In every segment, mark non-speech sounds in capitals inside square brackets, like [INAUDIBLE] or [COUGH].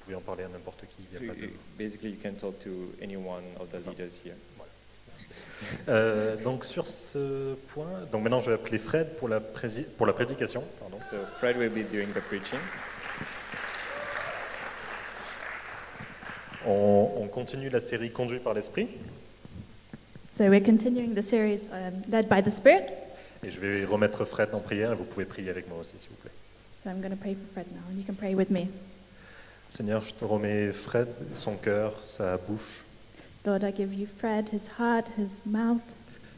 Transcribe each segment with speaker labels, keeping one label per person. Speaker 1: pouvez en parler à n'importe qui. il y a pas de-
Speaker 2: Basically, you can talk to any one of the leaders here.
Speaker 1: Euh, donc sur ce point, donc maintenant je vais appeler Fred pour la, prési- pour la prédication. pardon.
Speaker 2: So Fred will be doing the preaching.
Speaker 1: On, on continue la série Conduit par l'Esprit
Speaker 3: So we're continuing the series um, led by the Spirit.
Speaker 1: et je vais remettre Fred en prière et vous pouvez prier avec moi aussi s'il vous plaît.
Speaker 3: So I'm going to pray for Fred now, and you can pray with me.
Speaker 1: Seigneur, je te remets Fred, son cœur, sa bouche.
Speaker 3: Lord, I give you Fred, his heart, his mouth.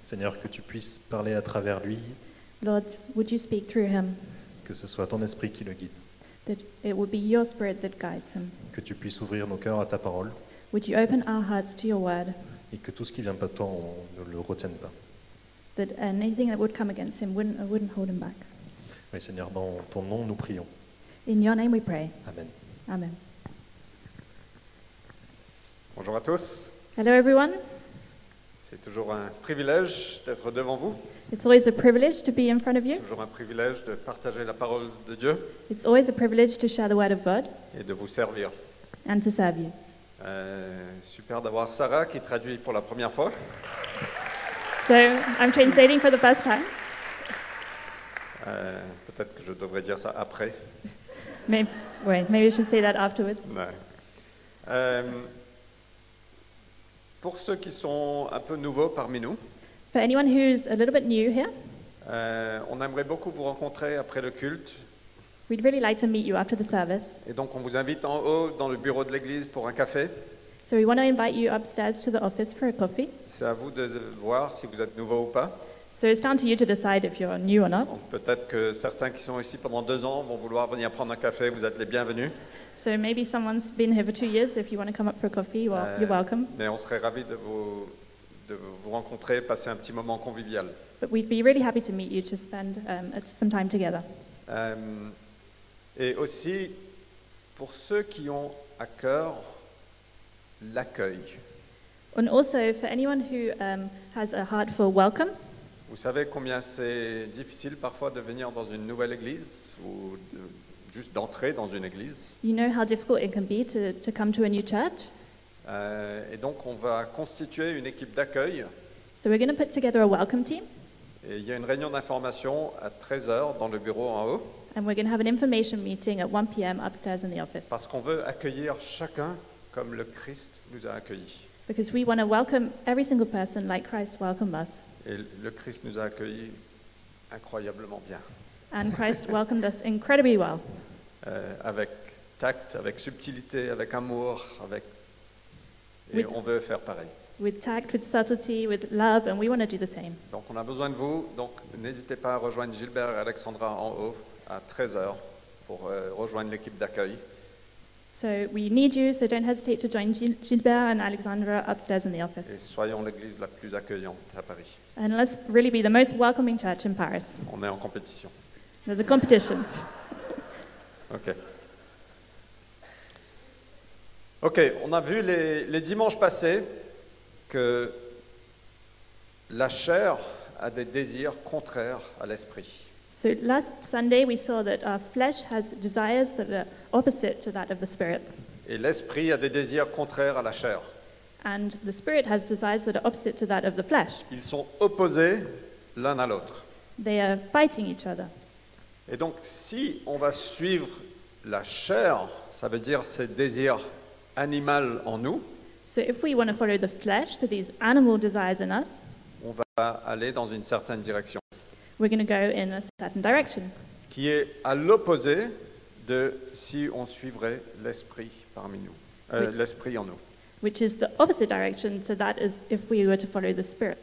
Speaker 1: Seigneur, que tu puisses parler à travers lui,
Speaker 3: Lord, would you speak through him?
Speaker 1: que ce soit ton esprit qui le guide,
Speaker 3: That it would be your Spirit that guides him.
Speaker 1: que tu puisses ouvrir nos cœurs à ta parole
Speaker 3: Would you open our hearts to your word?
Speaker 1: et que tout ce qui vient pas de toi, on ne le retienne pas.
Speaker 3: That anything that would come against him wouldn't, uh, wouldn't hold him back.
Speaker 1: Oui, Seigneur, dans ton nom, nous prions.
Speaker 3: In your name we pray.
Speaker 1: Amen.
Speaker 3: Amen.
Speaker 4: Bonjour à tous.
Speaker 3: Hello, everyone.
Speaker 4: C'est toujours un privilège d'être devant vous.
Speaker 3: It's always a privilege to be in front of you.
Speaker 4: Toujours un privilège de partager la parole de Dieu
Speaker 3: It's always a privilege to share the word of God
Speaker 4: et de vous servir.
Speaker 3: and to serve you.
Speaker 4: Euh, super d'avoir Sarah qui traduit pour la première fois.
Speaker 3: So I'm translating for the first time.
Speaker 4: Euh, Peut-être que je devrais dire ça après.
Speaker 3: Maybe, wait, maybe I should say that afterwards.
Speaker 4: Ouais. Euh, pour ceux qui sont un peu nouveaux parmi nous,
Speaker 3: For anyone who's a little bit new here,
Speaker 4: euh, on aimerait beaucoup vous rencontrer après le culte.
Speaker 3: we'd really like to meet you after the service.
Speaker 4: Et donc on vous invite en haut dans le bureau de l'église pour un café.
Speaker 3: So we want to invite you upstairs to the office for a coffee.
Speaker 4: C'est à vous de voir si vous êtes nouveau ou pas.
Speaker 3: So it's down to you to decide if you're new or not.
Speaker 4: Donc peut-être que certains qui sont ici pendant deux ans vont vouloir venir prendre un café, vous êtes les bienvenus.
Speaker 3: So maybe someone's been here for two years. If you want to come up for a coffee, you are, you're
Speaker 4: Euh,
Speaker 3: welcome.
Speaker 4: Mais on serait ravis de vous, de vous rencontrer, passer un petit moment convivial.
Speaker 3: But we'd be really happy to meet you to spend um, some time together.
Speaker 4: Euh, et aussi, pour ceux qui ont à cœur l'accueil,
Speaker 3: And also for anyone who um, has a heart for welcome,
Speaker 4: vous savez combien c'est difficile parfois de venir dans une nouvelle église ou de- juste d'entrer dans une église.
Speaker 3: you know how difficult it can be to, to come to a new church.
Speaker 4: Euh, et donc on va constituer une équipe d'accueil.
Speaker 3: So we're going to put together a welcome team
Speaker 4: Et il y a une réunion d'information à 13h dans le bureau en haut.
Speaker 3: and we're going to have an information meeting at 1 p.m. upstairs in the office.
Speaker 4: Parce qu'on veut accueillir chacun comme le Christ nous a accueillis.
Speaker 3: Because we want to welcome every single person like Christ welcomed us.
Speaker 4: Et le Christ nous a accueillis incroyablement bien,
Speaker 3: And Christ welcomed us incredibly well
Speaker 4: Euh, avec tact, avec subtilité, avec amour, avec... Et
Speaker 3: Oui.
Speaker 4: on veut faire pareil.
Speaker 3: with tact, with subtlety, with love, and we want to do the same.
Speaker 4: Donc on a besoin de vous, donc n'hésitez pas à rejoindre Gilbert et Alexandra en haut à 13h pour euh, rejoindre l'équipe d'accueil.
Speaker 3: So we need you, so don't hesitate to join Gil- Gilbert and Alexandra upstairs in the
Speaker 4: Et
Speaker 3: office.
Speaker 4: soyons l'église la plus accueillante à Paris.
Speaker 3: And let's really be the most welcoming church in Paris.
Speaker 4: On est en compétition.
Speaker 3: There's a competition.
Speaker 4: Ok. Ok, on a vu les, les dimanches passés que la chair a des désirs contraires à l'esprit.
Speaker 3: So last Sunday, we saw that our flesh has desires that are opposite to that of the Spirit,
Speaker 4: Et l'esprit a des désirs contraires à la chair.
Speaker 3: and the Spirit has desires that are opposite to that of the flesh.
Speaker 4: Ils sont opposés l'un à l'autre.
Speaker 3: They are fighting each other.
Speaker 4: Et donc si on va suivre la chair, ça veut dire ces désirs animaux en nous,
Speaker 3: So if we want to follow the flesh, so these animal desires in us,
Speaker 4: on va aller dans une certaine direction,
Speaker 3: we're going to go in a certain direction,
Speaker 4: qui est à l'opposé de si on suivrait l'esprit parmi nous, euh,
Speaker 3: Oui.
Speaker 4: l'esprit en nous.
Speaker 3: which is the opposite direction to that is if we were to follow the Spirit.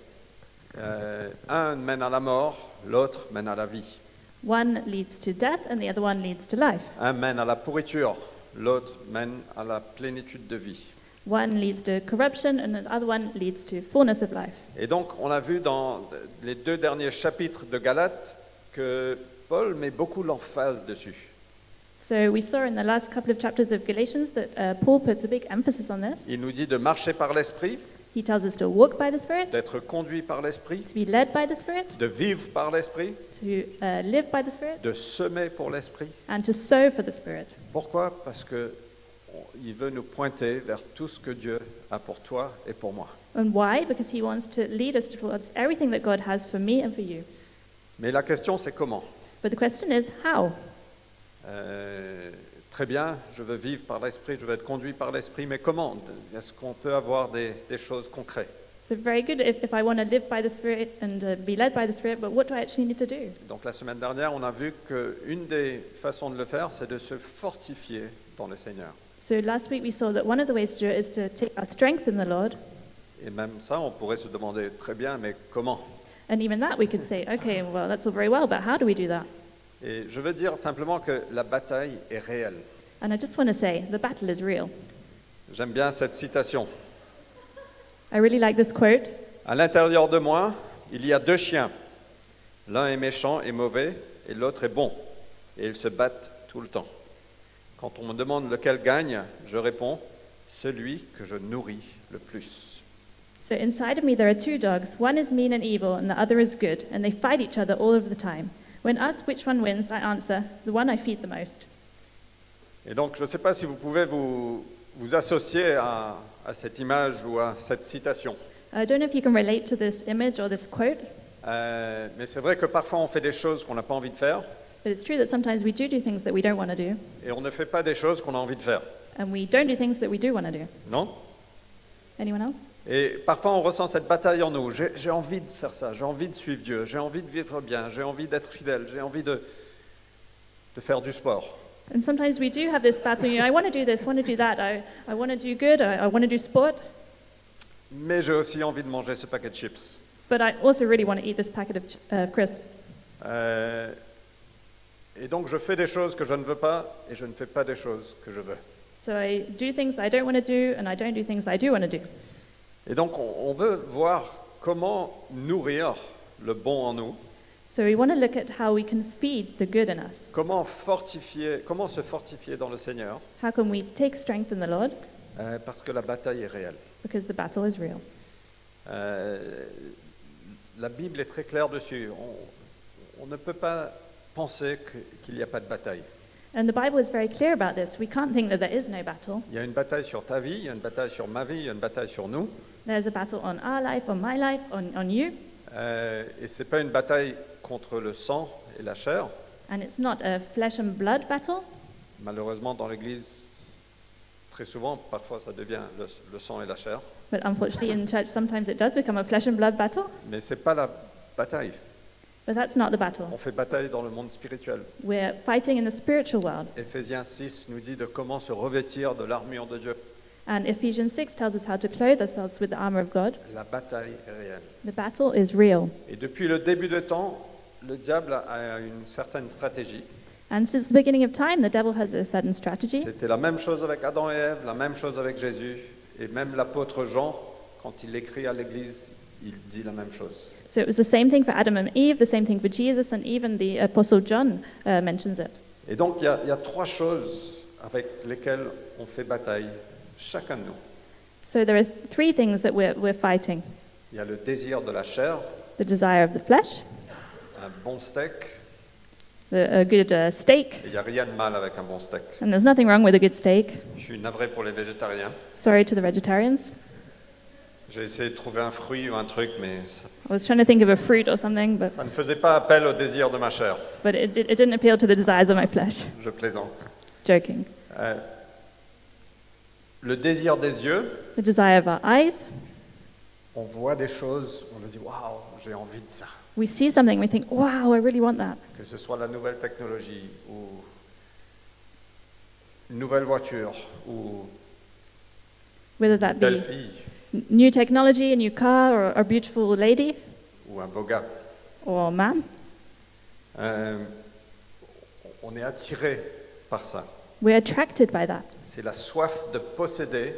Speaker 4: Euh, un mène à la mort, l'autre mène à la vie.
Speaker 3: One leads to death and the other one leads to life.
Speaker 4: Un mène à la pourriture, l'autre mène à la plénitude de vie.
Speaker 3: One leads to corruption and the other one leads to fullness of life.
Speaker 4: Et donc, on a vu dans les deux derniers chapitres de Galates que Paul met beaucoup l'emphase dessus.
Speaker 3: So we saw in the last couple of chapters of Galatians that uh, Paul puts a big emphasis on this.
Speaker 4: Il nous dit de marcher par l'esprit,
Speaker 3: He tells us to walk by the Spirit,
Speaker 4: d'être conduit par l'esprit,
Speaker 3: to be led by the Spirit,
Speaker 4: de vivre par l'esprit,
Speaker 3: to uh, live by the Spirit,
Speaker 4: de semer pour l'esprit.
Speaker 3: and to sow for the Spirit.
Speaker 4: Pourquoi Parce que on- il veut nous pointer vers tout ce que Dieu a pour toi et pour moi.
Speaker 3: And why? Because he wants to lead us towards everything that God has for me and for you.
Speaker 4: Mais la question, c'est comment
Speaker 3: But the question is, how?
Speaker 4: Euh, Très bien, je veux vivre par l'esprit, je veux être conduit par l'esprit, mais comment Est-ce qu'on peut avoir des, des choses concrètes
Speaker 3: So, very good if, if I want to live by the Spirit and uh, be led by the Spirit, but what do I actually need to do?
Speaker 4: Donc la semaine dernière, on a vu qu'une des façons de le faire, c'est de se fortifier dans le Seigneur.
Speaker 3: So, last week we saw that one of the ways to do it is to take our strength in the Lord.
Speaker 4: Et même ça, on pourrait se demander, très bien, mais comment
Speaker 3: And even that we could say, okay, well, that's all very well, but how do we do that?
Speaker 4: Et je veux dire simplement que la bataille est réelle.
Speaker 3: And I just want to say, the battle is real.
Speaker 4: J'aime bien cette citation.
Speaker 3: I really like this quote
Speaker 4: À l'intérieur de moi, il y a deux chiens. L'un est méchant et mauvais, et l'autre est bon. Et ils se battent tout le temps. Quand on me demande lequel gagne, je réponds celui que je nourris le plus.
Speaker 3: So, inside of me, there are two dogs. One is mean and evil, and the other is good, and they fight each other all of the time. When asked which one wins, I answer, the one I feed the most.
Speaker 4: Et donc, je ne sais pas si vous pouvez vous, vous associer à, à cette image ou à cette citation.
Speaker 3: I don't know if you can relate to this image or this quote,
Speaker 4: Euh, mais c'est vrai que parfois on fait des choses qu'on n'a pas envie de faire,
Speaker 3: but it's true that sometimes we do do things that we don't want to do,
Speaker 4: et on ne fait pas des choses qu'on a envie de faire.
Speaker 3: and we don't do things that we do want to do.
Speaker 4: Non
Speaker 3: Anyone else?
Speaker 4: Et parfois, on ressent cette bataille en nous. J'ai j'ai envie de faire ça, j'ai envie de suivre Dieu, j'ai envie de vivre bien, j'ai envie d'être fidèle, j'ai envie de, de faire du sport.
Speaker 3: And sometimes we do have this battle, you know, I want to do this, want to do that, I, I want to do good, I, I want to do sport,
Speaker 4: Mais j'ai aussi envie de manger ce paquet de chips.
Speaker 3: but I also really want to eat this packet of ch- uh, crisps.
Speaker 4: Euh, et donc, je fais des choses que je ne veux pas et je ne fais pas des choses que je veux.
Speaker 3: So I do things that I don't want to do, and I don't do things that I do want to do.
Speaker 4: Et donc, on, on veut voir comment nourrir le bon en nous,
Speaker 3: So we want to look at how we can feed the good in us.
Speaker 4: comment, fortifier, comment se fortifier dans le Seigneur,
Speaker 3: How can we take strength in the Lord?
Speaker 4: euh, parce que la bataille est réelle.
Speaker 3: Because the battle is real.
Speaker 4: Euh, la Bible est très claire dessus. On, on ne peut pas penser que- qu'il n'y a pas de bataille.
Speaker 3: And the Bible is very clear about this. We can't think that there is no battle.
Speaker 4: Il y a une bataille sur ta vie, il y a une bataille sur ma vie, il y a une bataille sur nous.
Speaker 3: There's a battle on our life, on my life, on, on you.
Speaker 4: Euh, et ce n'est pas une bataille contre le sang et la chair.
Speaker 3: And it's not a flesh and blood battle.
Speaker 4: Malheureusement, dans l'Église, très souvent, parfois, ça devient le, le sang et la chair.
Speaker 3: But unfortunately, in church, sometimes it does become a flesh and blood battle.
Speaker 4: Mais ce n'est pas la bataille.
Speaker 3: But that's not the
Speaker 4: On
Speaker 3: battle.
Speaker 4: fait bataille dans le monde spirituel.
Speaker 3: We're fighting in the spiritual world.
Speaker 4: Éphésiens 6 nous dit de comment se revêtir de l'armure de Dieu.
Speaker 3: And Ephesians 6 tells us how to clothe ourselves with the armor of God.
Speaker 4: La bataille est réelle.
Speaker 3: The battle is real.
Speaker 4: Et depuis le début de temps, le diable a une certaine stratégie.
Speaker 3: And since the beginning of time, the devil has a certain strategy.
Speaker 4: C'était la même chose avec Adam et Ève, la même chose avec Jésus. Et même l'apôtre Jean, quand il écrit à l'Église, il dit la même chose.
Speaker 3: So it was the same thing for Adam and Eve, the same thing for Jesus, and even the Apostle John uh, mentions it.
Speaker 4: Et donc, il y, a, il y a trois choses avec lesquelles on fait bataille, chacun de nous.
Speaker 3: So there are three things that we're, we're fighting
Speaker 4: Il y a le désir de la chair,
Speaker 3: the desire of the flesh,
Speaker 4: un bon steak.
Speaker 3: the, a good uh, steak,
Speaker 4: Et il n'y a rien de mal avec un bon steak.
Speaker 3: and there's nothing wrong with a good steak.
Speaker 4: Je suis navré pour les végétariens.
Speaker 3: Sorry to the vegetarians.
Speaker 4: J'ai essayé de trouver un fruit ou un truc, mais ça,
Speaker 3: I was trying to think of a fruit or something, but,
Speaker 4: ça ne faisait pas appel au désir de ma chair.
Speaker 3: but it, did- it didn't appeal to the desires of my flesh. [LAUGHS]
Speaker 4: Je plaisante.
Speaker 3: Joking.
Speaker 4: Euh, le désir des yeux,
Speaker 3: The desire of our eyes.
Speaker 4: on voit des choses, on se dit waouh, j'ai envie de ça.
Speaker 3: We see something, we think, wow, I really want that.
Speaker 4: Que ce soit la nouvelle technologie ou une nouvelle voiture ou
Speaker 3: Whether
Speaker 4: une
Speaker 3: that be
Speaker 4: belle fille
Speaker 3: n- new technology, a new car, or a beautiful lady
Speaker 4: ou un beau gars.
Speaker 3: or man.
Speaker 4: Euh, on est attiré par ça.
Speaker 3: We're attracted by that.
Speaker 4: C'est la soif de posséder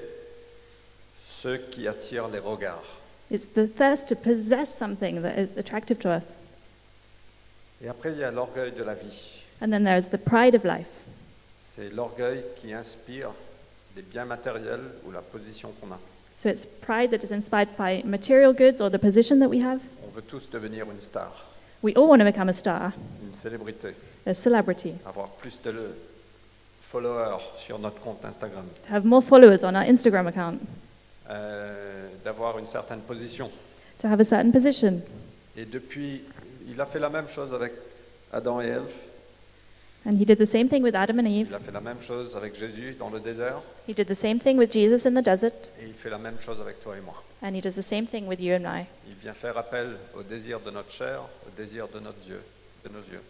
Speaker 4: ce qui attire les regards.
Speaker 3: It's the thirst to possess something that is attractive to us.
Speaker 4: Et après, il y a l'orgueil de la vie.
Speaker 3: And then there is the pride of life.
Speaker 4: C'est l'orgueil qui inspire des biens matériels ou la position qu'on a.
Speaker 3: So it's pride that is inspired by material goods or the position that we have.
Speaker 4: On veut tous devenir une star,
Speaker 3: We all want to become a star,
Speaker 4: une célébrité,
Speaker 3: a celebrity,
Speaker 4: avoir plus de le- followers sur notre compte Instagram,
Speaker 3: to have more followers on our Instagram account,
Speaker 4: euh, d'avoir une certaine position.
Speaker 3: to have a certain position.
Speaker 4: Et depuis, il a fait la même chose avec Adam et Ève,
Speaker 3: And he did the same thing with Adam and
Speaker 4: il
Speaker 3: Eve.
Speaker 4: a fait la même chose avec Jésus dans le désert,
Speaker 3: He did the same thing with Jesus in the desert.
Speaker 4: et il fait la même chose avec toi et moi.
Speaker 3: And he does the same thing with you and I.
Speaker 4: Il vient faire appel au désir de notre chair, au désir de, notre Dieu, de nos yeux,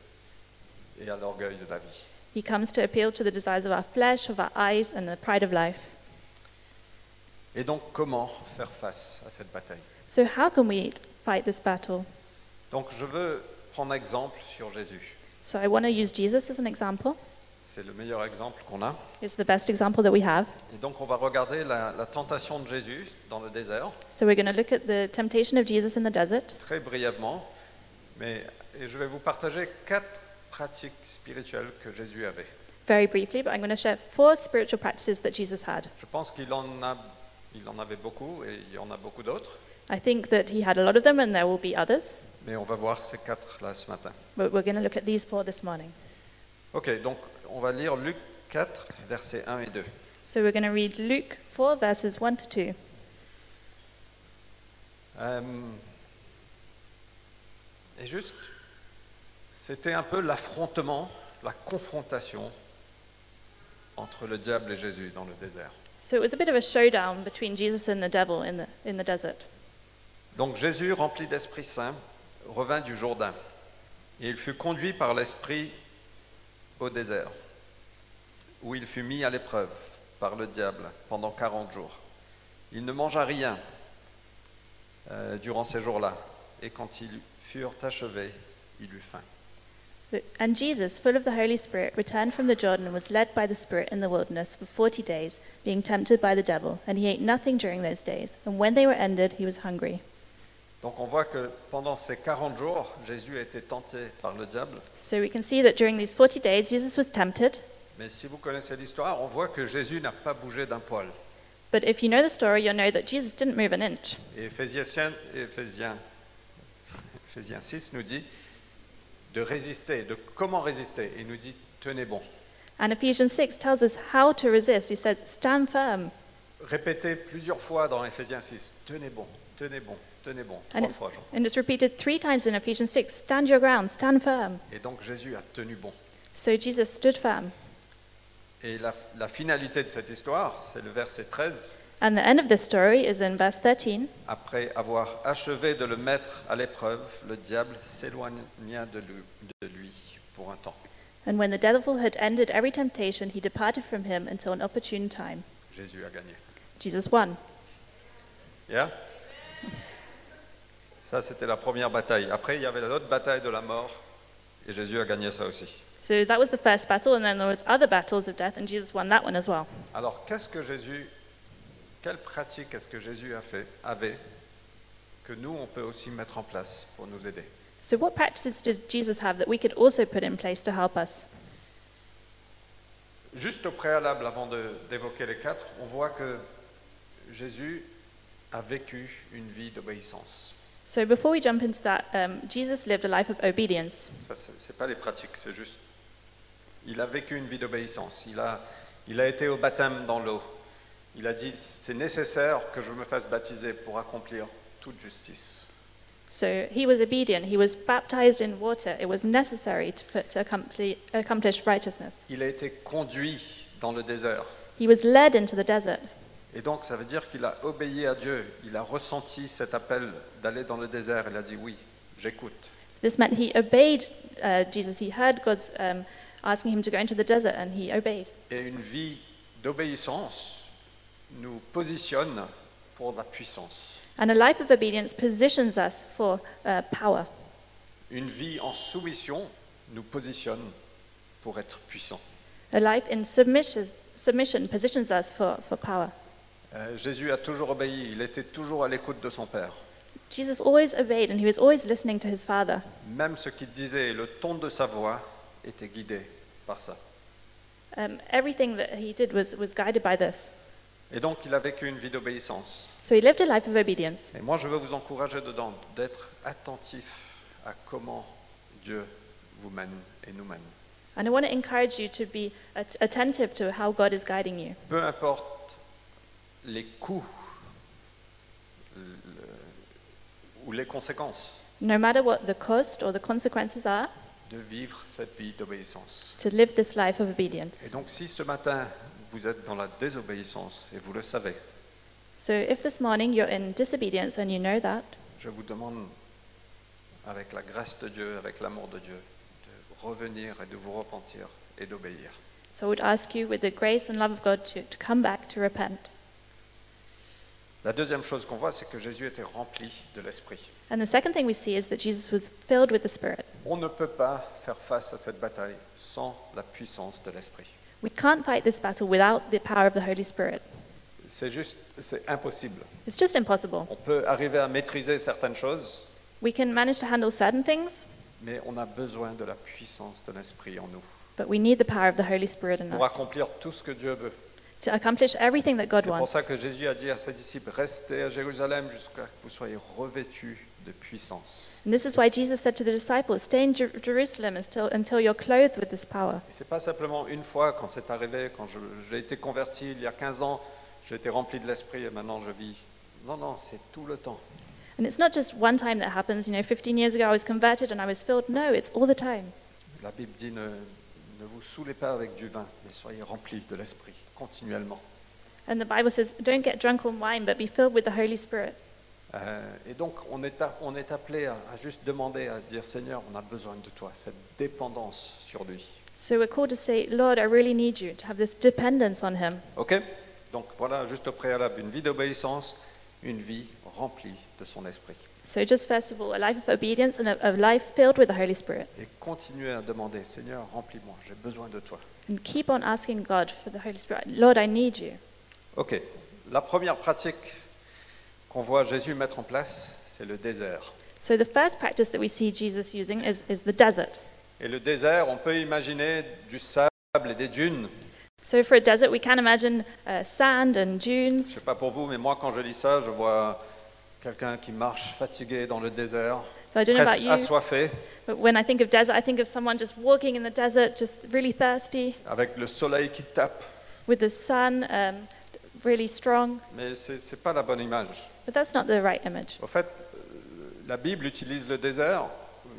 Speaker 4: et à l'orgueil de la vie.
Speaker 3: He comes to appeal to the desires of our flesh, of our eyes, and the pride of life.
Speaker 4: Et donc, comment faire face à cette bataille
Speaker 3: So, how can we fight this battle?
Speaker 4: Donc, je veux prendre exemple sur Jésus.
Speaker 3: So, I want to use Jesus as an example.
Speaker 4: C'est le meilleur exemple qu'on a.
Speaker 3: It's the best example that we have.
Speaker 4: Et donc, on va regarder la, la tentation de Jésus dans le désert,
Speaker 3: So, we're going to look at the temptation of Jesus in the desert.
Speaker 4: très brièvement. Mais, et je vais vous partager quatre pratiques spirituelles que Jésus avait.
Speaker 3: very briefly, but I'm going to share four spiritual practices that Jesus had.
Speaker 4: Je pense qu'il en, a, il en avait beaucoup et il y en a beaucoup d'autres.
Speaker 3: I think that he had a lot of them, and there will be others,
Speaker 4: Mais on va voir ces quatre-là ce matin.
Speaker 3: but we're going to look at these four this morning.
Speaker 4: Ok, donc on va lire Luc 4, versets 1 et 2.
Speaker 3: So we're going to read Luke 4, verses 1 to 2.
Speaker 4: Euh, et juste, c'était un peu l'affrontement, la confrontation entre le diable et Jésus dans le désert.
Speaker 3: So it was a bit of a showdown between Jesus and the devil in the, in the desert.
Speaker 4: Donc Jésus, rempli d'Esprit Saint, revint du Jourdain. Et il fut conduit par l'Esprit au désert, où il fut mis à l'épreuve par le diable pendant 40 jours. Il ne mangea rien euh, durant ces jours-là, et quand ils furent achevés, il eut faim.
Speaker 3: So, and Jesus, full of the Holy Spirit, returned from the Jordan and was led by the Spirit in the wilderness for 40 days, being tempted by the devil. And he ate nothing during those days. And when they were ended, he was hungry.
Speaker 4: Donc on voit que pendant ces 40 jours, Jésus a été tenté par le diable.
Speaker 3: So we can see that during these 40 days, Jesus was tempted.
Speaker 4: Mais si vous connaissez l'histoire, on voit que Jésus n'a pas bougé d'un poil.
Speaker 3: But if you know the story, you'll know that Jesus didn't move an inch.
Speaker 4: Et Éphésiens, cin- Éphésiens- Éphésiens 6 nous dit de résister, de comment résister. Il nous dit tenez bon.
Speaker 3: And Ephesians 6 tells us how to resist. He says, Stand firm.
Speaker 4: Répétez plusieurs fois dans Ephésiens 6, tenez bon, tenez bon, tenez bon,
Speaker 3: And
Speaker 4: trois
Speaker 3: it's,
Speaker 4: fois. je crois.
Speaker 3: and it's repeated three times in Ephesians 6 Stand your ground, stand firm.
Speaker 4: Et donc Jésus a tenu bon.
Speaker 3: So Jesus stood firm.
Speaker 4: Et la, la finalité de cette histoire, c'est le verset 13.
Speaker 3: And the end of this story is in verse 13.
Speaker 4: Après avoir achevé de le mettre à l'épreuve, le diable s'éloigna de lui- de lui pour un temps.
Speaker 3: And when the devil had ended every temptation, he departed from him until an opportune time.
Speaker 4: Jésus a gagné.
Speaker 3: Jesus won.
Speaker 4: Yeah. Ça, c'était la première bataille. Après, il y avait l'autre bataille de la mort, et Jésus a gagné ça aussi.
Speaker 3: So that was the first battle, and then there was other battles of death, and Jesus won that one as well.
Speaker 4: Alors, qu'est-ce que Jésus, quelle pratique est-ce que Jésus a fait, avait, que nous, on peut aussi mettre en place pour nous aider
Speaker 3: So what practices does Jesus have that we could also put in place to help us?
Speaker 4: Juste au préalable, avant de- d'évoquer les quatre, on voit que Jésus a vécu une vie d'obéissance.
Speaker 3: So before we jump into that, um, Jesus lived a life of obedience.
Speaker 4: Ça, c'est c'est pas les pratiques, c'est juste. Il a vécu une vie d'obéissance. Il a, il a été au baptême dans l'eau. Il a dit c'est nécessaire que je me fasse baptiser pour accomplir toute justice.
Speaker 3: So he was obedient. He was baptized in water. It was necessary to, for, to accompli, accomplish righteousness.
Speaker 4: Il a été conduit dans le désert.
Speaker 3: He was led into the desert.
Speaker 4: Et donc, ça veut dire qu'il a obéi à Dieu. Il a ressenti cet appel d'aller dans le désert. Il a dit oui, j'écoute.
Speaker 3: So this meant he obeyed uh, Jesus. He heard God's um, asking him to go into the desert, and he obeyed.
Speaker 4: Et une vie d'obéissance nous positionne pour la puissance.
Speaker 3: And a life of obedience positions us for uh, power.
Speaker 4: Une vie en soumission nous positionne pour être puissant.
Speaker 3: A life in submission, submission positions us for, for power.
Speaker 4: Euh, Jésus a toujours obéi, il était toujours à l'écoute de son Père.
Speaker 3: Jesus always obeyed, and he was always listening to his Father.
Speaker 4: Même ce qu'il disait, le ton de sa voix était guidé par ça.
Speaker 3: Um, everything that he did was, was guided by this.
Speaker 4: Et donc il a vécu une vie d'obéissance.
Speaker 3: So he lived a life of obedience.
Speaker 4: Et moi je veux vous encourager dedans d'être attentif à comment Dieu vous mène et nous mène.
Speaker 3: And I want to encourage you to be at- attentive to how God is guiding you.
Speaker 4: Peu importe les coûts le- ou les conséquences
Speaker 3: No matter what the cost or the consequences are,
Speaker 4: de vivre cette vie d'obéissance.
Speaker 3: to live this life of
Speaker 4: Et
Speaker 3: obedience.
Speaker 4: donc si ce matin vous êtes dans la désobéissance et vous le savez,
Speaker 3: So if this morning you're in disobedience and you know that,
Speaker 4: je vous demande avec la grâce de Dieu, avec l'amour de Dieu, de revenir et de vous repentir et d'obéir.
Speaker 3: so I would ask you, with the grace and love of God, to, to come back to repent.
Speaker 4: La deuxième chose qu'on voit, c'est que Jésus était rempli de l'Esprit.
Speaker 3: And the second thing we see is that Jesus was filled with the Spirit.
Speaker 4: On ne peut pas faire face à cette bataille sans la puissance de l'Esprit.
Speaker 3: We can't fight this battle without the power of the Holy Spirit.
Speaker 4: C'est juste, c'est impossible.
Speaker 3: It's just impossible.
Speaker 4: On peut arriver à maîtriser certaines choses,
Speaker 3: We can manage to handle certain things,
Speaker 4: mais on a besoin de la puissance de l'Esprit en nous
Speaker 3: but we need the power of the Holy Spirit in
Speaker 4: pour
Speaker 3: us
Speaker 4: accomplir tout ce que Dieu veut.
Speaker 3: to accomplish everything that God
Speaker 4: C'est pour
Speaker 3: wants.
Speaker 4: ça que Jésus a dit à ses disciples, restez à Jérusalem jusqu'à ce que vous soyez revêtus de puissance.
Speaker 3: And this is why Jesus said to the disciples, Stay in Jer- Jerusalem until, until you're clothed with this power.
Speaker 4: Et c'est pas simplement une fois quand c'est arrivé, quand je- j'ai été converti il y a 15 ans, j'ai été rempli de l'Esprit et maintenant je vis. Non, non, c'est tout le temps.
Speaker 3: And it's not just one time that happens. You know, 15 years ago I was converted and I was filled. No, it's all the time.
Speaker 4: La Bible dit ne, ne vous saoulez pas avec du vin, mais soyez remplis de l'esprit continuellement.
Speaker 3: And the Bible says, Don't get drunk on wine, but be filled with the Holy Spirit.
Speaker 4: Euh, et donc on est, a- on est appelé à, à juste demander, à dire Seigneur, on a besoin de toi, cette dépendance sur lui.
Speaker 3: So we're called to say, Lord, I really need you, to have this dependence on Him.
Speaker 4: Ok Donc voilà, juste au préalable, une vie d'obéissance, une vie remplie de son esprit.
Speaker 3: So just first of all, a life of obedience and a, a life filled with the Holy Spirit.
Speaker 4: Et continuez à demander, Seigneur, remplis-moi, j'ai besoin de toi.
Speaker 3: And keep on asking God for the Holy Spirit. Lord, I need you.
Speaker 4: Ok, la première pratique qu'on voit Jésus mettre en place, c'est le désert.
Speaker 3: So the first practice that we see Jesus using is, is the desert.
Speaker 4: Et le désert, on peut imaginer du sable et des dunes.
Speaker 3: So for a desert, we can imagine uh, sand and dunes.
Speaker 4: Je sais pas pour vous, mais moi, quand je lis ça, je vois quelqu'un qui marche fatigué dans le désert,
Speaker 3: So I don't know about
Speaker 4: presque
Speaker 3: you,
Speaker 4: assoiffé,
Speaker 3: but when I think of desert, I think of someone just walking in the desert, just really thirsty,
Speaker 4: avec le soleil qui tape.
Speaker 3: with the sun um, really strong.
Speaker 4: Mais c'est n'est pas la bonne image.
Speaker 3: But that's not the right image.
Speaker 4: Au fait, euh, la Bible utilise le désert,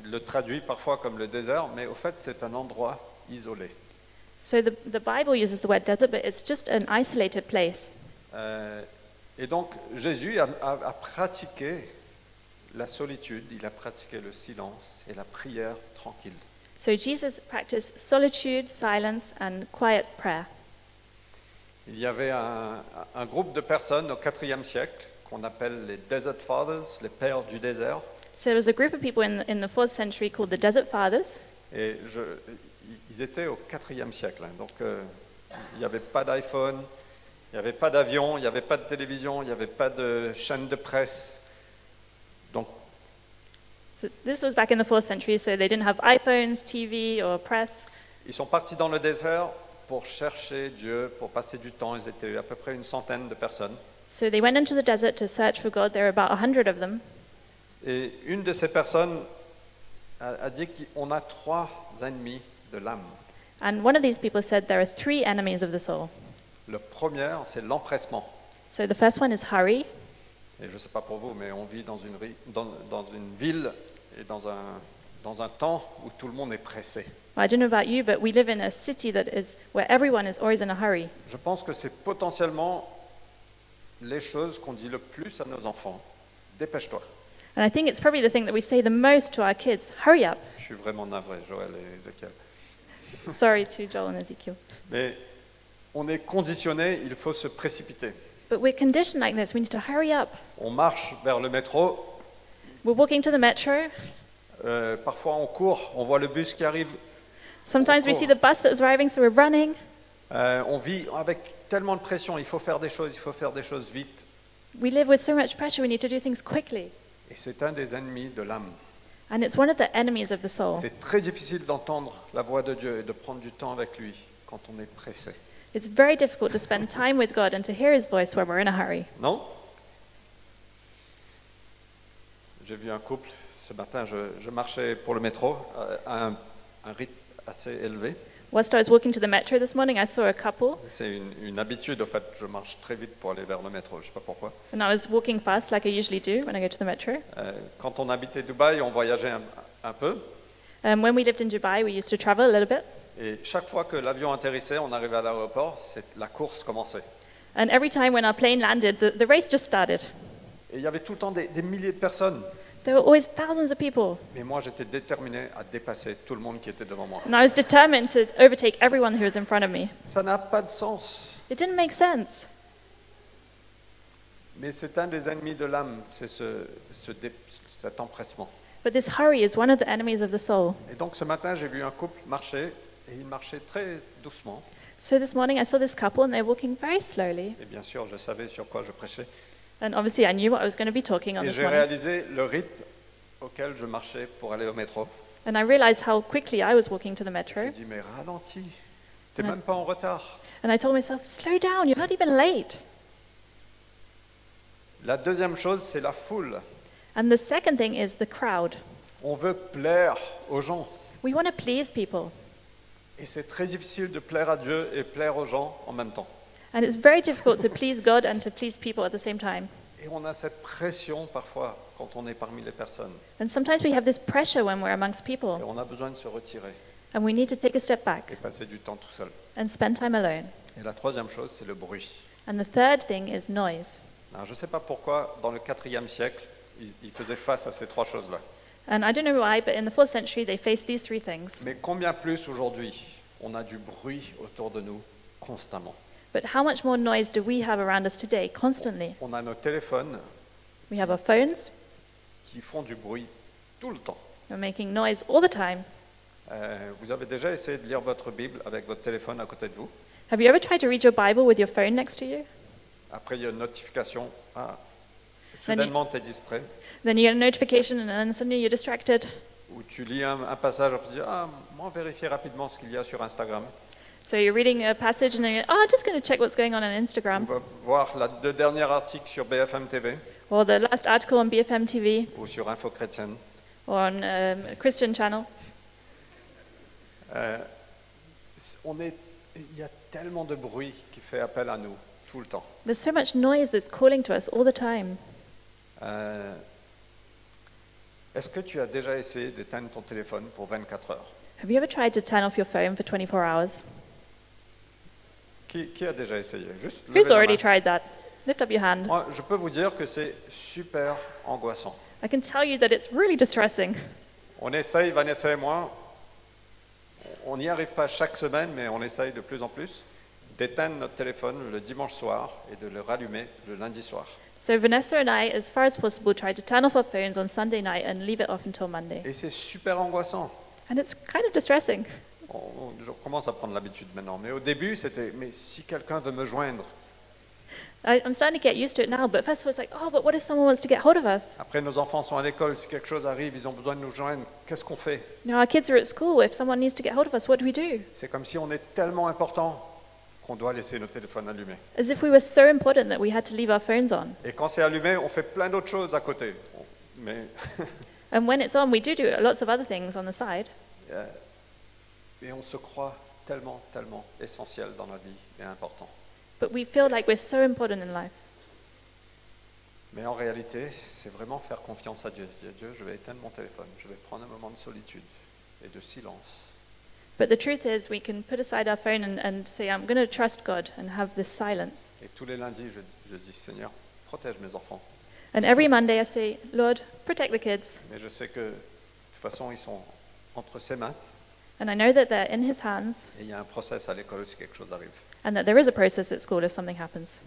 Speaker 4: le traduit parfois comme le désert, mais au fait, c'est un endroit isolé.
Speaker 3: So the, the Bible uses the word desert, but it's just an isolated place.
Speaker 4: Euh, et donc, Jésus a, a- a pratiqué la solitude, il a pratiqué le silence et la prière tranquille.
Speaker 3: So Jesus practiced solitude, silence, and quiet prayer.
Speaker 4: Il y avait un, un groupe de personnes au IVe siècle qu'on appelle les Desert Fathers, les pères du désert.
Speaker 3: So there was a group of people in, in the fourth century called the Desert Fathers.
Speaker 4: Et je, ils étaient au IVe siècle. hein. donc euh, il n'y avait pas d'iPhone, il n'y avait pas d'avion, il n'y avait pas de télévision, il n'y avait pas de chaîne de presse. Donc
Speaker 3: So this was back in the fourth century, so they didn't have iPhones, TV, or press.
Speaker 4: ils sont partis dans le désert pour chercher Dieu, pour passer du temps. Ils étaient à peu près une centaine de personnes.
Speaker 3: So they went into the desert to search for God. There were about a hundred of them.
Speaker 4: Et une de ces personnes a, a dit qu'on a trois ennemis de l'âme.
Speaker 3: And one of these people said there are three enemies of the soul.
Speaker 4: Le premier, c'est l'empressement.
Speaker 3: So the first one is hurry.
Speaker 4: Et je ne sais pas pour vous, mais on vit dans une, ri- dans, dans une ville et dans un, dans un temps où tout le monde est pressé.
Speaker 3: Well, I don't know about you, but we live in a city that is where everyone is always in a hurry.
Speaker 4: Je pense que c'est potentiellement les choses qu'on dit le plus à nos enfants. Dépêche-toi.
Speaker 3: And I think it's probably the thing that we say the most to our kids hurry up.
Speaker 4: Je suis vraiment navré, Joël et Ezekiel.
Speaker 3: Sorry to Joel and Ezekiel.
Speaker 4: Mais on est conditionné, il faut se précipiter.
Speaker 3: But we're conditioned like this. We need to hurry up.
Speaker 4: On marche vers le métro,
Speaker 3: We're walking to the metro.
Speaker 4: euh, parfois on court, on voit le bus qui arrive,
Speaker 3: Sometimes we see the bus that's arriving, so we're running.
Speaker 4: Euh, on vit avec tellement de pression, il faut faire des choses, il faut faire des choses vite.
Speaker 3: We live with so much pressure, we need to do things quickly.
Speaker 4: Et c'est un des ennemis de l'âme.
Speaker 3: And it's one of the enemies of the soul.
Speaker 4: C'est très difficile d'entendre la voix de Dieu et de prendre du temps avec lui quand on est pressé.
Speaker 3: It's very difficult to spend time with God and to hear his voice when we're in a hurry.
Speaker 4: Non J'ai vu un couple ce matin, je, je marchais pour le métro euh, à un, un rythme assez élevés.
Speaker 3: Whilst I was walking to the metro this morning, I saw a couple,
Speaker 4: C'est une, une habitude, au fait, je marche très vite pour aller vers le métro, je ne sais pas pourquoi.
Speaker 3: and I was walking fast like I usually do when I go to the metro.
Speaker 4: Euh, quand on habitait Dubaï, on voyageait un, un peu,
Speaker 3: Um, when we lived in Dubai, we used to travel a little bit,
Speaker 4: et chaque fois que l'avion atterrissait, on arrivait à l'aéroport, c'est- la course commençait.
Speaker 3: and every time when our plane landed, the, the race just started.
Speaker 4: Et il y avait tout le temps des, des milliers de personnes,
Speaker 3: There were always thousands of people,
Speaker 4: mais moi j'étais déterminé à dépasser tout le monde qui était devant moi.
Speaker 3: and I was determined to overtake everyone who was in front of me.
Speaker 4: Ça n'a pas de sens,
Speaker 3: It didn't make sense,
Speaker 4: mais c'est un des ennemis de l'âme, c'est ce, ce dé- cet empressement.
Speaker 3: but this hurry is one of the enemies of the soul.
Speaker 4: Et donc ce matin, j'ai vu un couple marcher, et ils marchaient très doucement,
Speaker 3: So this morning, I saw this couple, and they're walking very slowly,
Speaker 4: et bien sûr, je savais sur quoi je prêchais.
Speaker 3: and obviously, I knew what I was going to be talking on
Speaker 4: Et
Speaker 3: this
Speaker 4: j'ai
Speaker 3: morning,
Speaker 4: réalisé le rythme auquel je marchais pour aller au métro.
Speaker 3: and I realized how quickly I was walking to the
Speaker 4: J'ai
Speaker 3: metro,
Speaker 4: dit, mais ralentis, t'es
Speaker 3: Ouais.
Speaker 4: même pas en retard.
Speaker 3: and I told myself, "Slow down. You're not even late."
Speaker 4: La deuxième chose, c'est la foule.
Speaker 3: And the second thing is the crowd.
Speaker 4: On veut plaire aux gens.
Speaker 3: We want to please people,
Speaker 4: Et c'est très difficile de plaire à Dieu et plaire aux gens en même temps.
Speaker 3: and it's very difficult to please God and to please people at the same time.
Speaker 4: Et on a cette pression parfois quand on est parmi les personnes.
Speaker 3: And sometimes we have this pressure when we're amongst
Speaker 4: Et
Speaker 3: people,
Speaker 4: on a besoin de se retirer
Speaker 3: and we need to take a step
Speaker 4: et
Speaker 3: back
Speaker 4: passer du temps tout seul.
Speaker 3: and spend time alone.
Speaker 4: Et la troisième chose, c'est le bruit.
Speaker 3: And the third thing is noise.
Speaker 4: Alors, je ne sais pas pourquoi, dans le IVe siècle, ils, ils faisaient face à ces trois choses-là.
Speaker 3: And I don't know why, but in the fourth century, they faced these three things.
Speaker 4: Mais combien plus aujourd'hui, on a du bruit autour de nous constamment.
Speaker 3: But how much more noise do we have around us today, constantly?
Speaker 4: On a nos téléphones
Speaker 3: We have our phones,
Speaker 4: qui font du bruit tout le temps.
Speaker 3: we're making noise all the time.
Speaker 4: Euh, vous avez déjà essayé de lire votre Bible avec votre téléphone à côté de vous.
Speaker 3: Have you ever tried to read your Bible with your phone next to you?
Speaker 4: Après, il y a une notification. Ah,
Speaker 3: Manu-
Speaker 4: soudainement, tu es distrait.
Speaker 3: Then you get a notification, and then suddenly you're distracted.
Speaker 4: Ou tu lis un, un passage, après tu dis Ah, moi, vérifier rapidement ce qu'il y a sur Instagram.
Speaker 3: So you're reading a passage, and then you're, oh, I'm just going to check what's going on on
Speaker 4: On
Speaker 3: Instagram,
Speaker 4: va voir la deux dernières articles sur BFM TV
Speaker 3: or the last article on BFM TV,
Speaker 4: ou sur Info Chrétienne.
Speaker 3: or on um, a Christian channel.
Speaker 4: Euh, c- on est, il y a tellement de bruit qui fait appel à nous tout le temps.
Speaker 3: There's so much noise that's calling to us all the time.
Speaker 4: Euh, Est-ce que tu as déjà essayé d'éteindre ton téléphone pour 24 heures
Speaker 3: Have you ever tried to turn off your phone for 24 hours?
Speaker 4: Qui, qui a déjà essayé Juste levez
Speaker 3: Who's
Speaker 4: la
Speaker 3: already
Speaker 4: main.
Speaker 3: tried that? Lift up your hand.
Speaker 4: Moi, je peux vous dire que c'est super angoissant.
Speaker 3: I can tell you that it's really distressing.
Speaker 4: On essaye, Vanessa et moi, on n'y arrive pas chaque semaine, mais on essaye de plus en plus d'éteindre notre téléphone le dimanche soir et de le rallumer le lundi soir.
Speaker 3: So Vanessa and I, as far as possible, tried to turn off our phones on Sunday night and leave it off until Monday.
Speaker 4: Et c'est super angoissant.
Speaker 3: And it's kind of distressing.
Speaker 4: On, on- je commence à prendre l'habitude maintenant. Mais au début, c'était, mais si quelqu'un veut me joindre,
Speaker 3: I, I'm starting to get used to it now, but first of all, it's like, oh, but what if someone wants to get hold of us?
Speaker 4: après nos enfants sont à l'école, si quelque chose arrive, ils ont besoin de nous joindre, qu'est-ce qu'on fait
Speaker 3: You know, our kids are at school. If someone needs to get hold of us, what do we do?
Speaker 4: C'est comme si on est tellement important qu'on doit laisser nos téléphones allumés.
Speaker 3: As if we were so important that we had to leave our phones on.
Speaker 4: Et quand c'est allumé, on fait plein d'autres choses à côté. On- Mais,
Speaker 3: And when it's on, we do do lots of other things on the side.
Speaker 4: euh, mais on se croit tellement, tellement essentiel dans la vie et important.
Speaker 3: But we feel like we're so important in life.
Speaker 4: Mais en réalité, c'est vraiment faire confiance à Dieu. Dire Dieu, je vais éteindre mon téléphone, je vais prendre un moment de solitude et de silence.
Speaker 3: But the truth is, we can put aside our phone and, and say, I'm going to trust God and have this silence.
Speaker 4: Et tous les lundis, je, je dis Seigneur, protège mes enfants.
Speaker 3: And every Monday I say, Lord, protect the kids.
Speaker 4: Mais je sais que de toute façon, ils sont entre ses mains
Speaker 3: And I know that they're in His hands
Speaker 4: et il y a un process à l'école si quelque chose arrive.
Speaker 3: and that there is a process at school if something happens.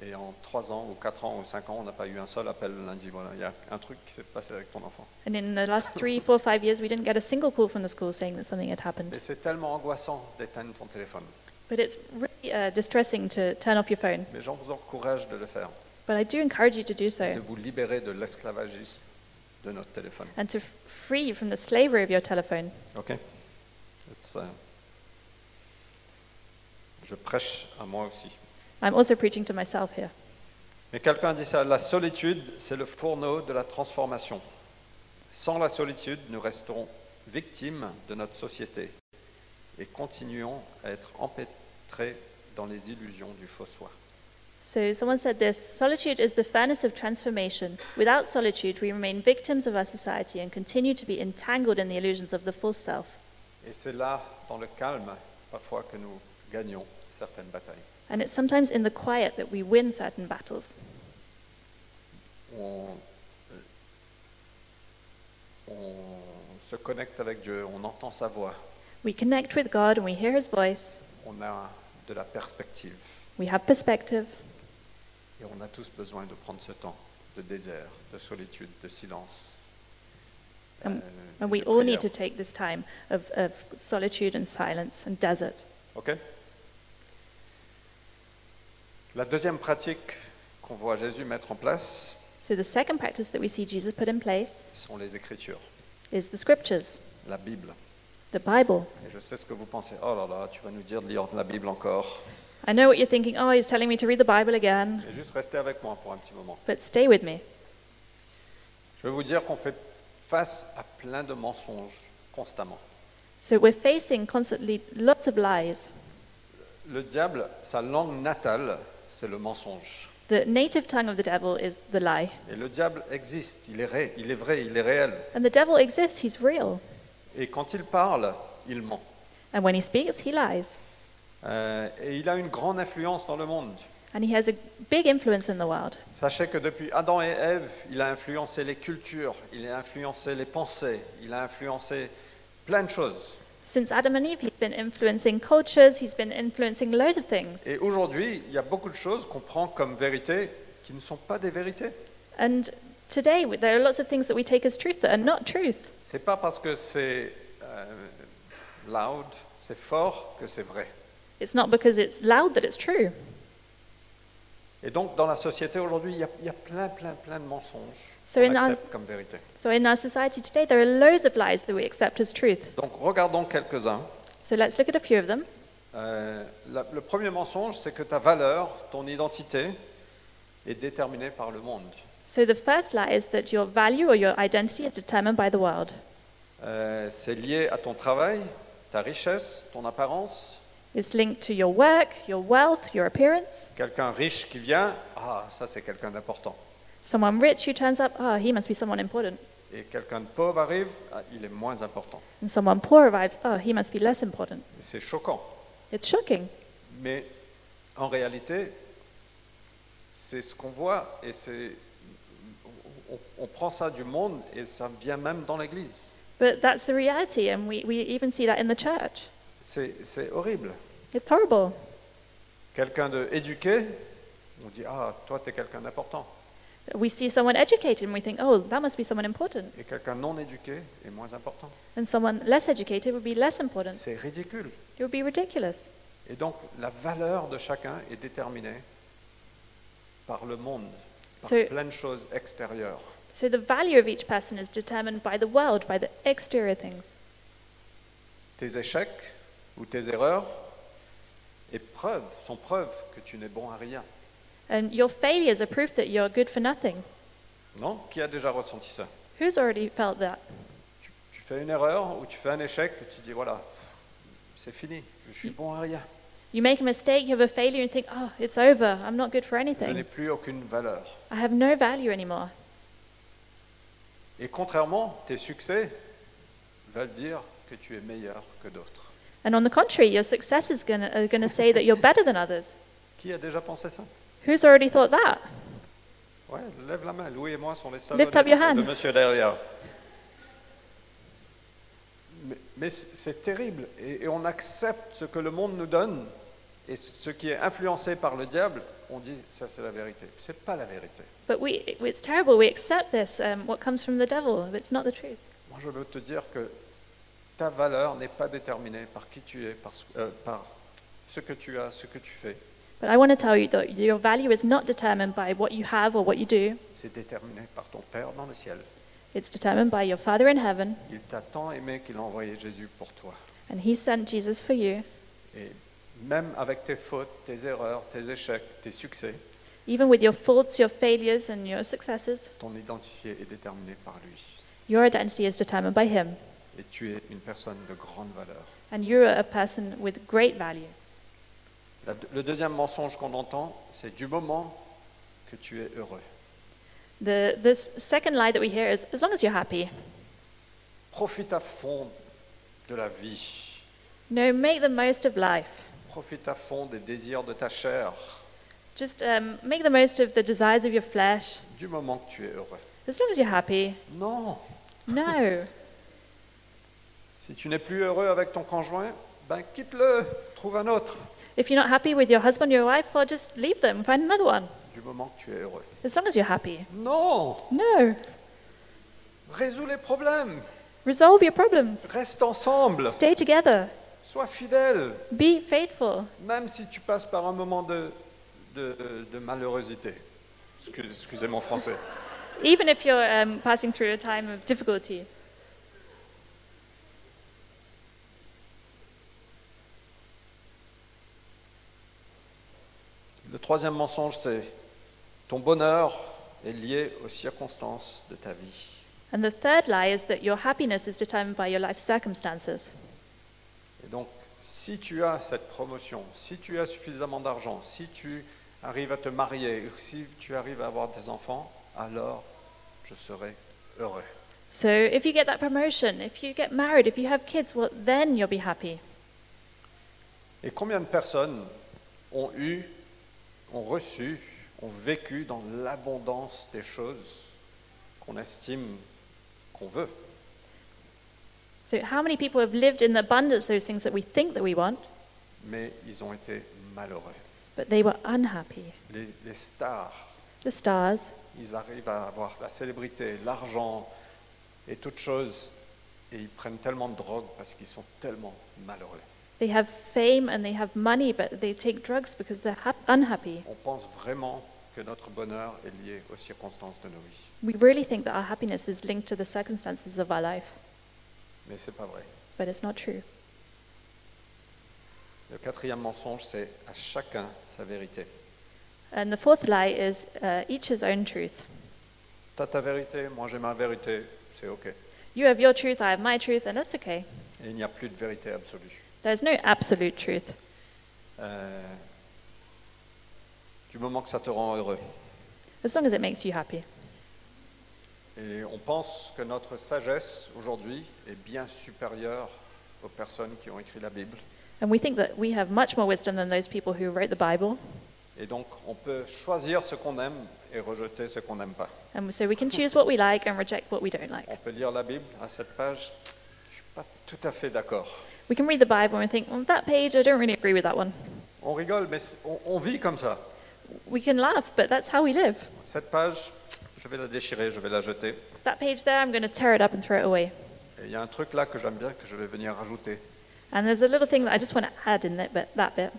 Speaker 4: Et en 3 ans ou 4 ans ou 5 ans, on n'a pas eu un seul appel le lundi. Voilà, il y a un truc qui s'est passé avec ton enfant.
Speaker 3: And in the last three, four, five years, we didn't get a single call from the school saying that something had
Speaker 4: Mais
Speaker 3: happened.
Speaker 4: c'est tellement angoissant d'éteindre ton téléphone.
Speaker 3: But it's really uh, distressing to turn off your phone.
Speaker 4: Mais j'en vous encourage de le faire,
Speaker 3: But I do encourage you to do
Speaker 4: de
Speaker 3: so
Speaker 4: vous libérer de l'esclavagisme de notre téléphone.
Speaker 3: and to f- free you from the slavery of your telephone.
Speaker 4: Ok It's, euh, Je prêche à moi aussi.
Speaker 3: I'm also preaching to myself here.
Speaker 4: Mais quelqu'un dit ça, la solitude, c'est le fourneau de la transformation. Sans la solitude, nous resterons victimes de notre société et continuons à être empêtrés dans les illusions du faux-soi.
Speaker 3: So someone said this solitude is the furnace of transformation. Without solitude, we remain victims of our society and continue to be entangled in the illusions of the false self.
Speaker 4: Et c'est là, dans le calme, parfois que nous gagnons certaines batailles.
Speaker 3: And it's sometimes in the quiet that we win certain battles.
Speaker 4: On, euh, on se connecte avec Dieu, on entend sa voix,
Speaker 3: We connect with God and we hear his voice.
Speaker 4: on a de la perspective.
Speaker 3: We have perspective.
Speaker 4: Et on a tous besoin de prendre ce temps de désert, de solitude, de silence.
Speaker 3: Um,
Speaker 4: euh,
Speaker 3: And
Speaker 4: de
Speaker 3: we all need
Speaker 4: prière.
Speaker 3: to take this time of, of solitude and silence and desert.
Speaker 4: OK La deuxième pratique qu'on voit Jésus mettre en place
Speaker 3: So the second practice that we see Jesus put in place
Speaker 4: sont les Écritures,
Speaker 3: is the scriptures,
Speaker 4: la Bible.
Speaker 3: the Bible.
Speaker 4: Et je sais ce que vous pensez. Oh là là, tu vas nous dire de lire la Bible encore.
Speaker 3: I know what you're thinking, oh, he's telling me to read the Bible again,
Speaker 4: Et juste restez avec moi pour un petit moment.
Speaker 3: but stay with me.
Speaker 4: Je veux vous dire qu'on fait face à plein de mensonges constamment.
Speaker 3: So we're facing constantly lots of lies.
Speaker 4: Le diable, sa langue natale, c'est le mensonge.
Speaker 3: The native tongue of the devil is the lie.
Speaker 4: Et le diable existe, il est, ré- il est vrai, il est réel.
Speaker 3: And the devil exists, he's real.
Speaker 4: Et quand il parle, il ment.
Speaker 3: And when he speaks, he lies.
Speaker 4: Euh, et il a une grande influence dans le monde.
Speaker 3: And he has a big influence in the world.
Speaker 4: Sachez que depuis Adam et Ève, il a influencé les cultures, il a influencé les pensées, il a influencé plein de choses.
Speaker 3: Since Adam and Eve, he's been influencing cultures, he's been influencing loads of things.
Speaker 4: Et aujourd'hui, il y a beaucoup de choses qu'on prend comme vérité qui ne sont pas des vérités.
Speaker 3: And today, we- there are lots of things that we take as truth that are not truth.
Speaker 4: C'est pas parce que c'est euh, loud, c'est fort que c'est vrai.
Speaker 3: It's not because it's loud that it's true.
Speaker 4: Et donc, dans la société aujourd'hui, il y a, il y a plein, plein, plein de mensonges
Speaker 3: So
Speaker 4: qu'on
Speaker 3: in our,
Speaker 4: accepte comme vérité.
Speaker 3: so in our society today, there are loads of lies that we accept as truth.
Speaker 4: Donc, regardons quelques-uns.
Speaker 3: So let's look at a few of them.
Speaker 4: Euh, la- le premier mensonge, c'est que ta valeur, ton identité est déterminée par le monde.
Speaker 3: So the first lie is that your value or your identity is determined by the world.
Speaker 4: Euh, c'est lié à ton travail, ta richesse, ton apparence.
Speaker 3: It's linked to your work, your wealth, your appearance.
Speaker 4: Quelqu'un riche qui vient, ah, ça c'est quelqu'un d'important.
Speaker 3: Someone rich who turns up, oh, he must be someone important.
Speaker 4: Et quelqu'un de pauvre arrive, ah, il est moins important.
Speaker 3: And someone poor arrives, oh, he must be less important.
Speaker 4: Et C'est choquant.
Speaker 3: It's shocking.
Speaker 4: Mais en réalité, c'est ce qu'on voit et c'est. On, on prend ça du monde et ça vient même dans l'Église.
Speaker 3: But that's the reality, and we, we even see that in the church.
Speaker 4: C'est c'est horrible.
Speaker 3: It's horrible.
Speaker 4: Quelqu'un de éduqué, on dit Ah, toi, tu es quelqu'un d'important.
Speaker 3: We see someone educated and we think, oh, that must be someone important.
Speaker 4: Et quelqu'un non éduqué est moins important.
Speaker 3: And someone less educated would be less important.
Speaker 4: C'est ridicule.
Speaker 3: It would be ridiculous.
Speaker 4: Et donc, la valeur de chacun est déterminée par le monde, par
Speaker 3: So-
Speaker 4: plein de choses extérieures.
Speaker 3: So the value of each person is determined by the world, by the exterior things.
Speaker 4: Tes échecs ou tes erreurs et preuve, sont preuves que tu n'es bon à rien.
Speaker 3: And your failures are proof that you're good for nothing.
Speaker 4: Non Qui a déjà ressenti ça
Speaker 3: Who's already felt that?
Speaker 4: tu, tu fais une erreur ou tu fais un échec et tu dis voilà, c'est fini, je suis bon à rien.
Speaker 3: You make a mistake, you have a failure, and think, oh, it's over. I'm not good for
Speaker 4: Je n'ai
Speaker 3: anything.
Speaker 4: plus aucune valeur.
Speaker 3: I have no value anymore.
Speaker 4: Et contrairement, tes succès veulent dire que tu es meilleur que d'autres.
Speaker 3: And on the contrary, your success is gonna, are going to say that you're better than others.
Speaker 4: Qui a déjà pensé ça
Speaker 3: Who's already thought that?
Speaker 4: Ouais, lève la main. Louis et moi sont les seuls
Speaker 3: Lift up
Speaker 4: honnêtes
Speaker 3: your hand.
Speaker 4: de monsieur derrière. Mais, mais c'est c'est terrible. Et, et on accepte ce que le monde nous donne. Et ce qui est influencé par le diable, on dit ça c'est la vérité. C'est pas la vérité.
Speaker 3: But we, it's terrible. We accept this, um, what comes from the devil. It's not the truth.
Speaker 4: Moi je veux te dire que ta valeur n'est pas déterminée par qui tu es, par, ce- euh, par ce que tu as, ce que tu fais.
Speaker 3: But I want to tell you that your value is not determined by what you have or what you do.
Speaker 4: C'est déterminé par ton Père dans le ciel.
Speaker 3: It's determined by your Father in heaven,
Speaker 4: Il t'a tant aimé qu'il a envoyé Jésus pour toi.
Speaker 3: and He sent Jesus for you.
Speaker 4: Et même avec tes fautes, tes erreurs, tes échecs, tes succès,
Speaker 3: Even with your faults, your failures, and your successes,
Speaker 4: ton identité est déterminée par lui.
Speaker 3: your identity is determined by Him.
Speaker 4: et tu es une personne de grande valeur.
Speaker 3: and you're a person with great value.
Speaker 4: La- le deuxième mensonge qu'on entend, c'est du moment que tu es heureux.
Speaker 3: The this second lie that we hear is as long as you're happy.
Speaker 4: Profite à fond de la vie.
Speaker 3: No, make the most of life.
Speaker 4: Profite à fond des désirs de ta chair.
Speaker 3: Just um, make the most of the desires of your flesh.
Speaker 4: Du moment que tu es heureux.
Speaker 3: As long as you're happy.
Speaker 4: Non.
Speaker 3: No.
Speaker 4: Si tu n'es plus heureux avec ton conjoint, ben quitte-le, trouve un autre.
Speaker 3: if you're not happy with your husband or your wife, well, just leave them, find another one.
Speaker 4: Du moment que tu es heureux.
Speaker 3: As long as you're happy.
Speaker 4: Non.
Speaker 3: No.
Speaker 4: Résous les problèmes.
Speaker 3: Resolve your problems.
Speaker 4: Reste ensemble.
Speaker 3: Stay together.
Speaker 4: Sois fidèle,
Speaker 3: Be faithful.
Speaker 4: même si tu passes par un moment de, de, de malheureusité. Excuse- Excusez mon français.
Speaker 3: Even if you're um, passing through a time of difficulty,
Speaker 4: Le troisième mensonge, c'est ton bonheur est lié aux circonstances de ta vie.
Speaker 3: And the third lie is that your happiness is determined by your life circumstances.
Speaker 4: Et donc, si tu as cette promotion, si tu as suffisamment d'argent, si tu arrives à te marier, ou si tu arrives à avoir des enfants, alors je serai heureux.
Speaker 3: So if you get that promotion, if you get married, if you have kids, well, then you'll be happy.
Speaker 4: Et combien de personnes ont eu, ont reçu, ont vécu dans l'abondance des choses qu'on estime qu'on veut
Speaker 3: So how many people have lived in the abundance of those things that we think that we want,
Speaker 4: mais ils ont été malheureux.
Speaker 3: but they were unhappy?
Speaker 4: Les, les stars,
Speaker 3: The stars,
Speaker 4: ils arrivent à avoir la célébrité, l'argent et toutes choses, et ils prennent tellement de drogue parce qu'ils sont tellement malheureux.
Speaker 3: they have fame and they have money, but they take drugs because they're hap- unhappy.
Speaker 4: On pense vraiment que notre bonheur est lié aux circonstances de nos vies,
Speaker 3: We really think that our happiness is linked to the circumstances of our life,
Speaker 4: mais c'est pas vrai.
Speaker 3: but it's not true.
Speaker 4: Le quatrième mensonge, c'est à chacun sa vérité.
Speaker 3: And the fourth lie is uh, each his own truth.
Speaker 4: T'as ta vérité, moi j'ai ma vérité, c'est OK. Et
Speaker 3: You have your truth, I have my truth, and that's okay.
Speaker 4: il n'y a plus de vérité absolue.
Speaker 3: There's no absolute truth.
Speaker 4: Euh, du moment que ça te rend heureux.
Speaker 3: As long as it makes you happy.
Speaker 4: Et on pense que notre sagesse aujourd'hui est bien supérieure aux personnes qui ont écrit la Bible.
Speaker 3: And we think that we have much more wisdom than those people who wrote the Bible.
Speaker 4: Et donc on peut choisir ce qu'on aime et rejeter ce qu'on n'aime pas.
Speaker 3: And so we can choose what we like and reject what we don't
Speaker 4: On
Speaker 3: like.
Speaker 4: peut lire la Bible à cette page, je ne suis pas tout à fait d'accord.
Speaker 3: We can read the Bible and think, well, that page, I don't really agree with that one.
Speaker 4: On rigole, mais c'est- on, on vit comme ça.
Speaker 3: We can laugh, but that's how we live.
Speaker 4: Cette page, je vais la déchirer, je vais la jeter.
Speaker 3: That page there, I'm going to tear it up and throw it away.
Speaker 4: Et il y a un truc là que j'aime bien que je vais venir rajouter.
Speaker 3: And there's a little thing that I just want to add in that bit. That bit.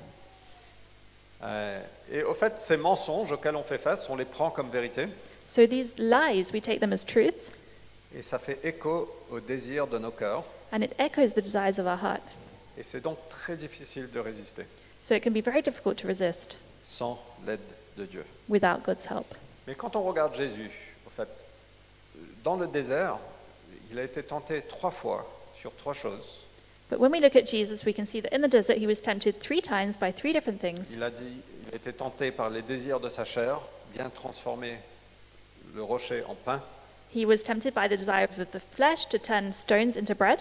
Speaker 4: Euh, et au fait, ces mensonges auxquels on fait face, on les prend comme vérité,
Speaker 3: So these lies, we take them as truth,
Speaker 4: et ça fait écho au désir de nos cœurs,
Speaker 3: and it echoes the desires of our heart.
Speaker 4: et c'est donc très difficile de résister
Speaker 3: So it can be very difficult to resist
Speaker 4: sans l'aide de Dieu.
Speaker 3: without God's help.
Speaker 4: Mais quand on regarde Jésus, au fait, dans le désert, il a été tenté trois fois sur trois choses.
Speaker 3: But when we look at Jesus, we can see that in the desert he was tempted three times by three different things.
Speaker 4: Il a dit, il a été tenté par les désirs de sa chair, bien transformer le rocher en pain,
Speaker 3: He was tempted by the desire of the flesh to turn stones into bread.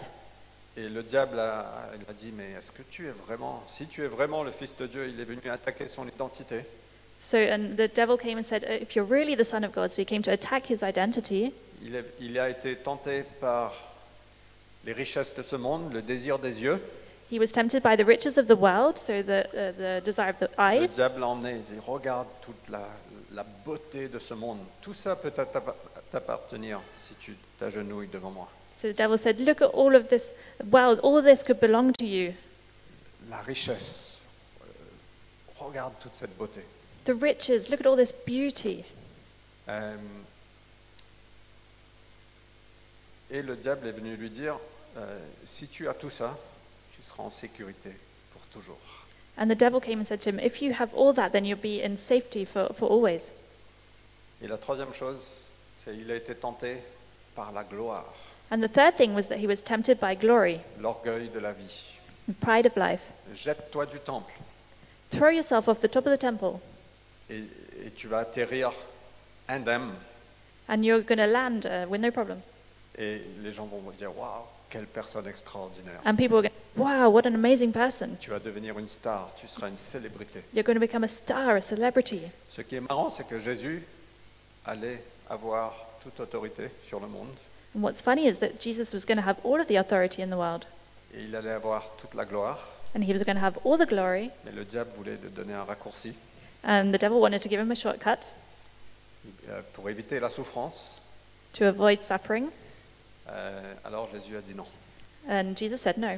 Speaker 4: Et le diable a, a- il a dit, mais est-ce que tu es vraiment, si tu es vraiment le Fils de Dieu, il est venu attaquer son identité.
Speaker 3: So, and the devil came and said, "Uh, If you're really the Son of God, so he came to attack his identity.
Speaker 4: Il, est- il a été tenté par les richesses de ce monde, le désir des yeux.
Speaker 3: He was tempted by the riches of the world, so the, uh, the desire of the
Speaker 4: Le
Speaker 3: eyes.
Speaker 4: diable l'a emmené, il dit, regarde toute la, la beauté de ce monde. Tout ça peut t'app- t'appartenir si tu t'agenouilles devant moi.
Speaker 3: So the devil said, Look at all of this world, all this could belong to you.
Speaker 4: La richesse, euh, regarde toute cette beauté.
Speaker 3: The riches, look at all this beauty.
Speaker 4: Euh, et le diable est venu lui dire, euh, si tu as tout ça, tu seras en sécurité pour toujours.
Speaker 3: And the devil came and said to him, If you have all that, then you'll be in safety for, for always.
Speaker 4: Et la troisième chose, c'est il a été tenté par la gloire.
Speaker 3: And the third thing was that he was tempted by glory,
Speaker 4: l'orgueil de la vie.
Speaker 3: and pride of life.
Speaker 4: Jette-toi du temple
Speaker 3: Throw yourself off the top of the temple,
Speaker 4: et, et tu vas atterrir indemne.
Speaker 3: and you're going to land uh, with no problem.
Speaker 4: Et les gens vont dire Waouh, quelle personne extraordinaire.
Speaker 3: And people are going, wow, what an amazing person.
Speaker 4: Tu vas devenir une star, tu seras une célébrité.
Speaker 3: You're going to become a star, a celebrity.
Speaker 4: Ce qui est marrant, c'est que Jésus allait avoir toute autorité sur le monde
Speaker 3: And what's funny is that Jesus was going to have all of the authority in the world,
Speaker 4: et il allait avoir toute la gloire.
Speaker 3: and he was going to have all the glory,
Speaker 4: Mais le diable voulait lui donner un raccourci
Speaker 3: and the devil wanted to give him a shortcut
Speaker 4: euh, pour éviter la souffrance.
Speaker 3: to avoid suffering,
Speaker 4: Euh, alors Jésus a dit non.
Speaker 3: and Jesus said no.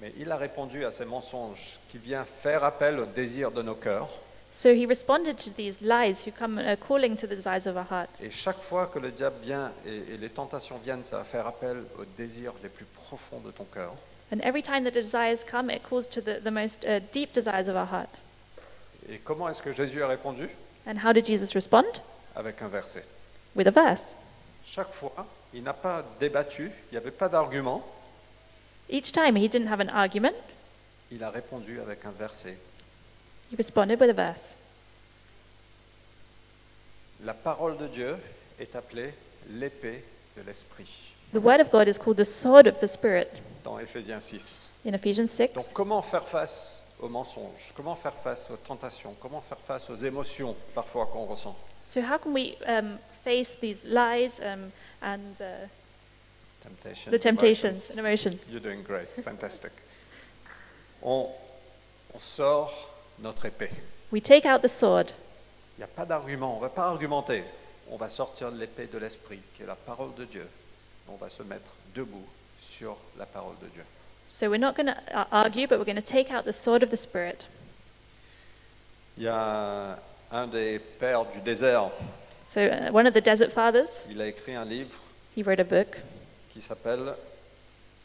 Speaker 4: Mais il a répondu à ces mensonges qui viennent faire appel au désir de nos cœurs.
Speaker 3: So he responded to these lies who come uh, calling to the desires of our heart.
Speaker 4: Et chaque fois que le diable vient et, et les tentations viennent, ça va faire appel aux désirs les plus profonds de ton cœur.
Speaker 3: And every time the desires come, it calls to the, the most uh, deep desires of our heart.
Speaker 4: Et comment est-ce que Jésus a répondu
Speaker 3: And how did Jesus respond?
Speaker 4: Avec un verset.
Speaker 3: With a verse.
Speaker 4: Chaque fois, il n'a pas débattu, il n'y avait pas d'argument,
Speaker 3: Each time he didn't have an argument,
Speaker 4: il a répondu avec un verset.
Speaker 3: he responded with a verse.
Speaker 4: La parole de Dieu est appelée l'épée de l'esprit
Speaker 3: The word of God is called the sword of the Spirit
Speaker 4: dans Éphésiens 6.
Speaker 3: in Ephesians
Speaker 4: Donc
Speaker 3: 6.
Speaker 4: comment faire face aux mensonges Comment faire face aux tentations Comment faire face aux émotions parfois qu'on ressent
Speaker 3: So, how can we um, face these lies um, and uh,
Speaker 4: Temptations,
Speaker 3: the temptations
Speaker 4: emotions.
Speaker 3: and emotions?
Speaker 4: You're doing great, fantastic. On, on sort notre épée.
Speaker 3: We take out the sword.
Speaker 4: Il n'y a pas d'argument, on ne va pas argumenter. On va sortir l'épée de l'esprit, qui est la parole de Dieu. On va se mettre debout sur la parole de Dieu.
Speaker 3: So, we're not going to uh, argue, but we're going to take out the sword of the Spirit.
Speaker 4: Il y a un des pères du désert,
Speaker 3: So, uh, one of the desert fathers,
Speaker 4: il a écrit un livre
Speaker 3: he wrote a book
Speaker 4: qui s'appelle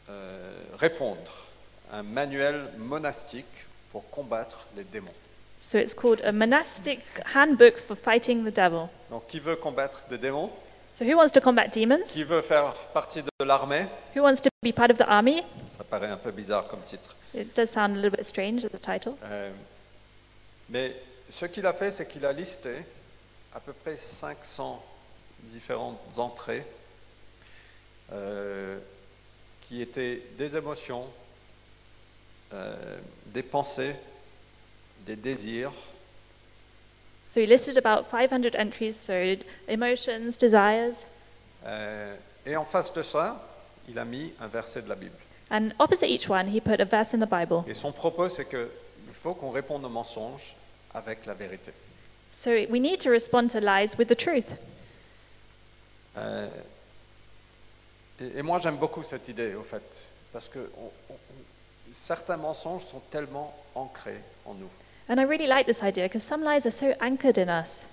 Speaker 4: euh, Répondre, un manuel monastique pour combattre les démons.
Speaker 3: So it's called a monastic handbook for fighting the devil.
Speaker 4: Donc qui veut combattre des démons,
Speaker 3: So who wants to combat demons?
Speaker 4: qui veut faire partie de l'armée,
Speaker 3: Who wants to be part of the army?
Speaker 4: Ça paraît un peu bizarre comme titre.
Speaker 3: It does sound a little bit strange as a title.
Speaker 4: Euh, mais ce qu'il a fait, c'est qu'il a listé à peu près 500 différentes entrées euh, qui étaient des émotions, euh, des pensées, des désirs,
Speaker 3: So he listed about 500 entries, so emotions, desires,
Speaker 4: euh, et en face de ça, il a mis un verset de la Bible.
Speaker 3: and opposite each one he put a verse in the Bible.
Speaker 4: Et son propos, c'est qu'il faut qu'on réponde aux mensonges avec la vérité.
Speaker 3: So we need to respond to lies with the truth.
Speaker 4: Euh, et, et moi, j'aime beaucoup cette idée, au fait, parce que on- on- on- certains mensonges sont tellement ancrés en nous.
Speaker 3: And I really like this idea because some lies are so anchored in us.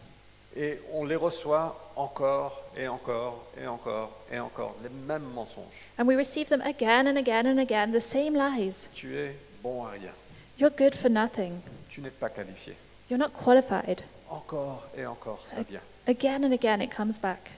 Speaker 4: Et on les reçoit encore et encore et encore et encore, les mêmes mensonges.
Speaker 3: And we receive them again and again and again, the same lies.
Speaker 4: Tu es bon à rien,
Speaker 3: You're good for nothing.
Speaker 4: tu n'es pas qualifié.
Speaker 3: You're not qualified.
Speaker 4: Encore et encore, ça vient.
Speaker 3: Again and again it comes back.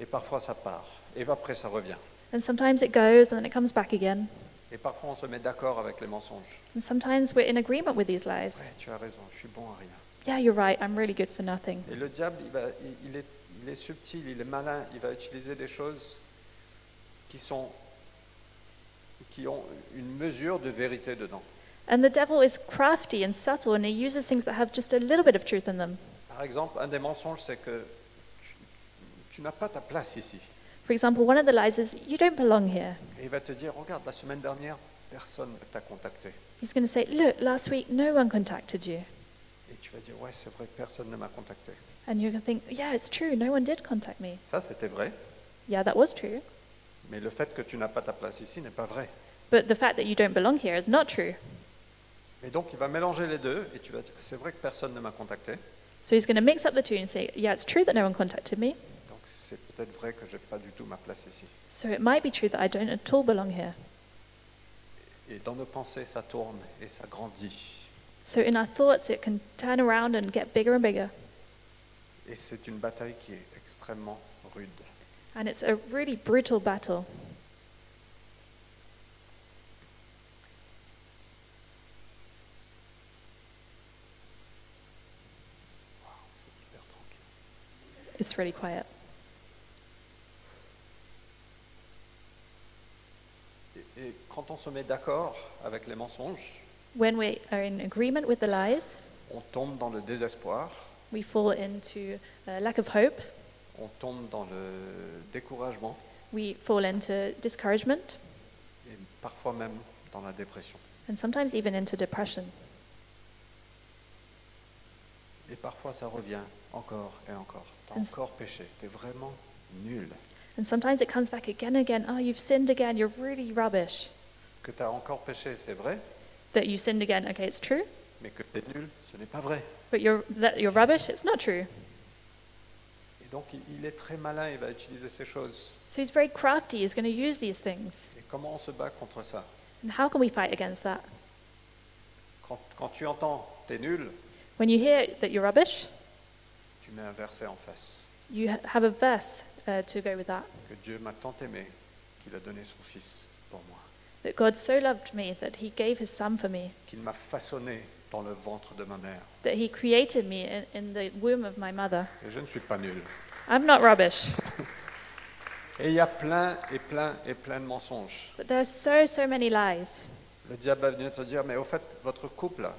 Speaker 4: Et parfois, ça part. Et après, ça revient.
Speaker 3: And sometimes it goes and then it comes back again.
Speaker 4: Et parfois, on se met d'accord avec les mensonges.
Speaker 3: And sometimes we're in agreement with these lies.
Speaker 4: Ouais, tu as raison, je suis bon à rien.
Speaker 3: Yeah, you're right, I'm really good for nothing.
Speaker 4: Et le diable, il, va- il- il est, il est subtil, il est malin, il va utiliser des choses qui, sont, qui ont une mesure de vérité dedans.
Speaker 3: And the devil is crafty and subtle and he uses things that have just a little bit of truth in them.
Speaker 4: Par exemple, un des mensonges, c'est que tu, tu n'as pas ta place ici.
Speaker 3: For example, one of the lies is, You don't belong here.
Speaker 4: Et il va te dire, regarde, la semaine dernière, personne ne t'a contacté.
Speaker 3: He's going to say, Look, last week no one contacted you.
Speaker 4: Et tu vas dire, ouais, c'est vrai, personne ne m'a contacté.
Speaker 3: And you're going to think, Yeah, it's true, no one did contact me.
Speaker 4: Ça, c'était vrai,
Speaker 3: Yeah, that was true.
Speaker 4: mais le fait que tu n'as pas ta place ici n'est pas vrai.
Speaker 3: But the fact that you don't belong here is not true.
Speaker 4: Et donc, il va mélanger les deux, et tu vas dire, c'est vrai que personne ne m'a contacté,
Speaker 3: So he's going to mix up the two and say, Yeah, it's true that no one contacted me.
Speaker 4: donc c'est peut-être vrai que j'ai pas du tout ma place ici.
Speaker 3: So it might be true that I don't at all belong here.
Speaker 4: Et dans nos pensées, ça tourne et ça grandit.
Speaker 3: So in our thoughts, it can turn around and get bigger and bigger.
Speaker 4: Et c'est une bataille qui est extrêmement rude.
Speaker 3: And it's a really brutal battle. It's really quiet.
Speaker 4: Et- Et quand on se met d'accord avec les mensonges,
Speaker 3: When we are in agreement with the lies,
Speaker 4: on tombe dans le désespoir,
Speaker 3: we fall into uh, lack of hope,
Speaker 4: on tombe dans le découragement
Speaker 3: we fall into discouragement,
Speaker 4: et parfois même dans la dépression.
Speaker 3: and sometimes even into depression.
Speaker 4: Et parfois ça revient encore et encore. T'as
Speaker 3: Est-ce-
Speaker 4: encore péché, t'es vraiment nul.
Speaker 3: And sometimes it comes back again and again. Oh, you've sinned again. You're really rubbish.
Speaker 4: Que t'as encore péché, c'est vrai,
Speaker 3: That you sinned again. Okay, it's true.
Speaker 4: mais que t'es nul, ce n'est pas vrai.
Speaker 3: But you're, that you're rubbish. It's not true.
Speaker 4: Et donc il- il est très malin, il va utiliser ces choses.
Speaker 3: So he's very crafty. He's going to use these things.
Speaker 4: Et comment on se bat contre ça
Speaker 3: And how can we fight against that?
Speaker 4: quand, quand tu entends t'es nul,
Speaker 3: When you hear that you're rubbish,
Speaker 4: tu mets un verset en face.
Speaker 3: you ha- have a verse uh, to go with that.
Speaker 4: Que Dieu m'a tant aimé qu'il a donné son Fils pour moi.
Speaker 3: That God so loved me that he gave his son for me,
Speaker 4: Qu'il m'a façonné dans le ventre de ma mère.
Speaker 3: that he created me in, in the womb of my mother.
Speaker 4: Et je ne suis pas nul.
Speaker 3: I'm not rubbish.
Speaker 4: Et il y a plein et plein et plein de mensonges.
Speaker 3: But there are so, so many lies.
Speaker 4: Le diable va venir te dire, mais au fait, votre couple, là,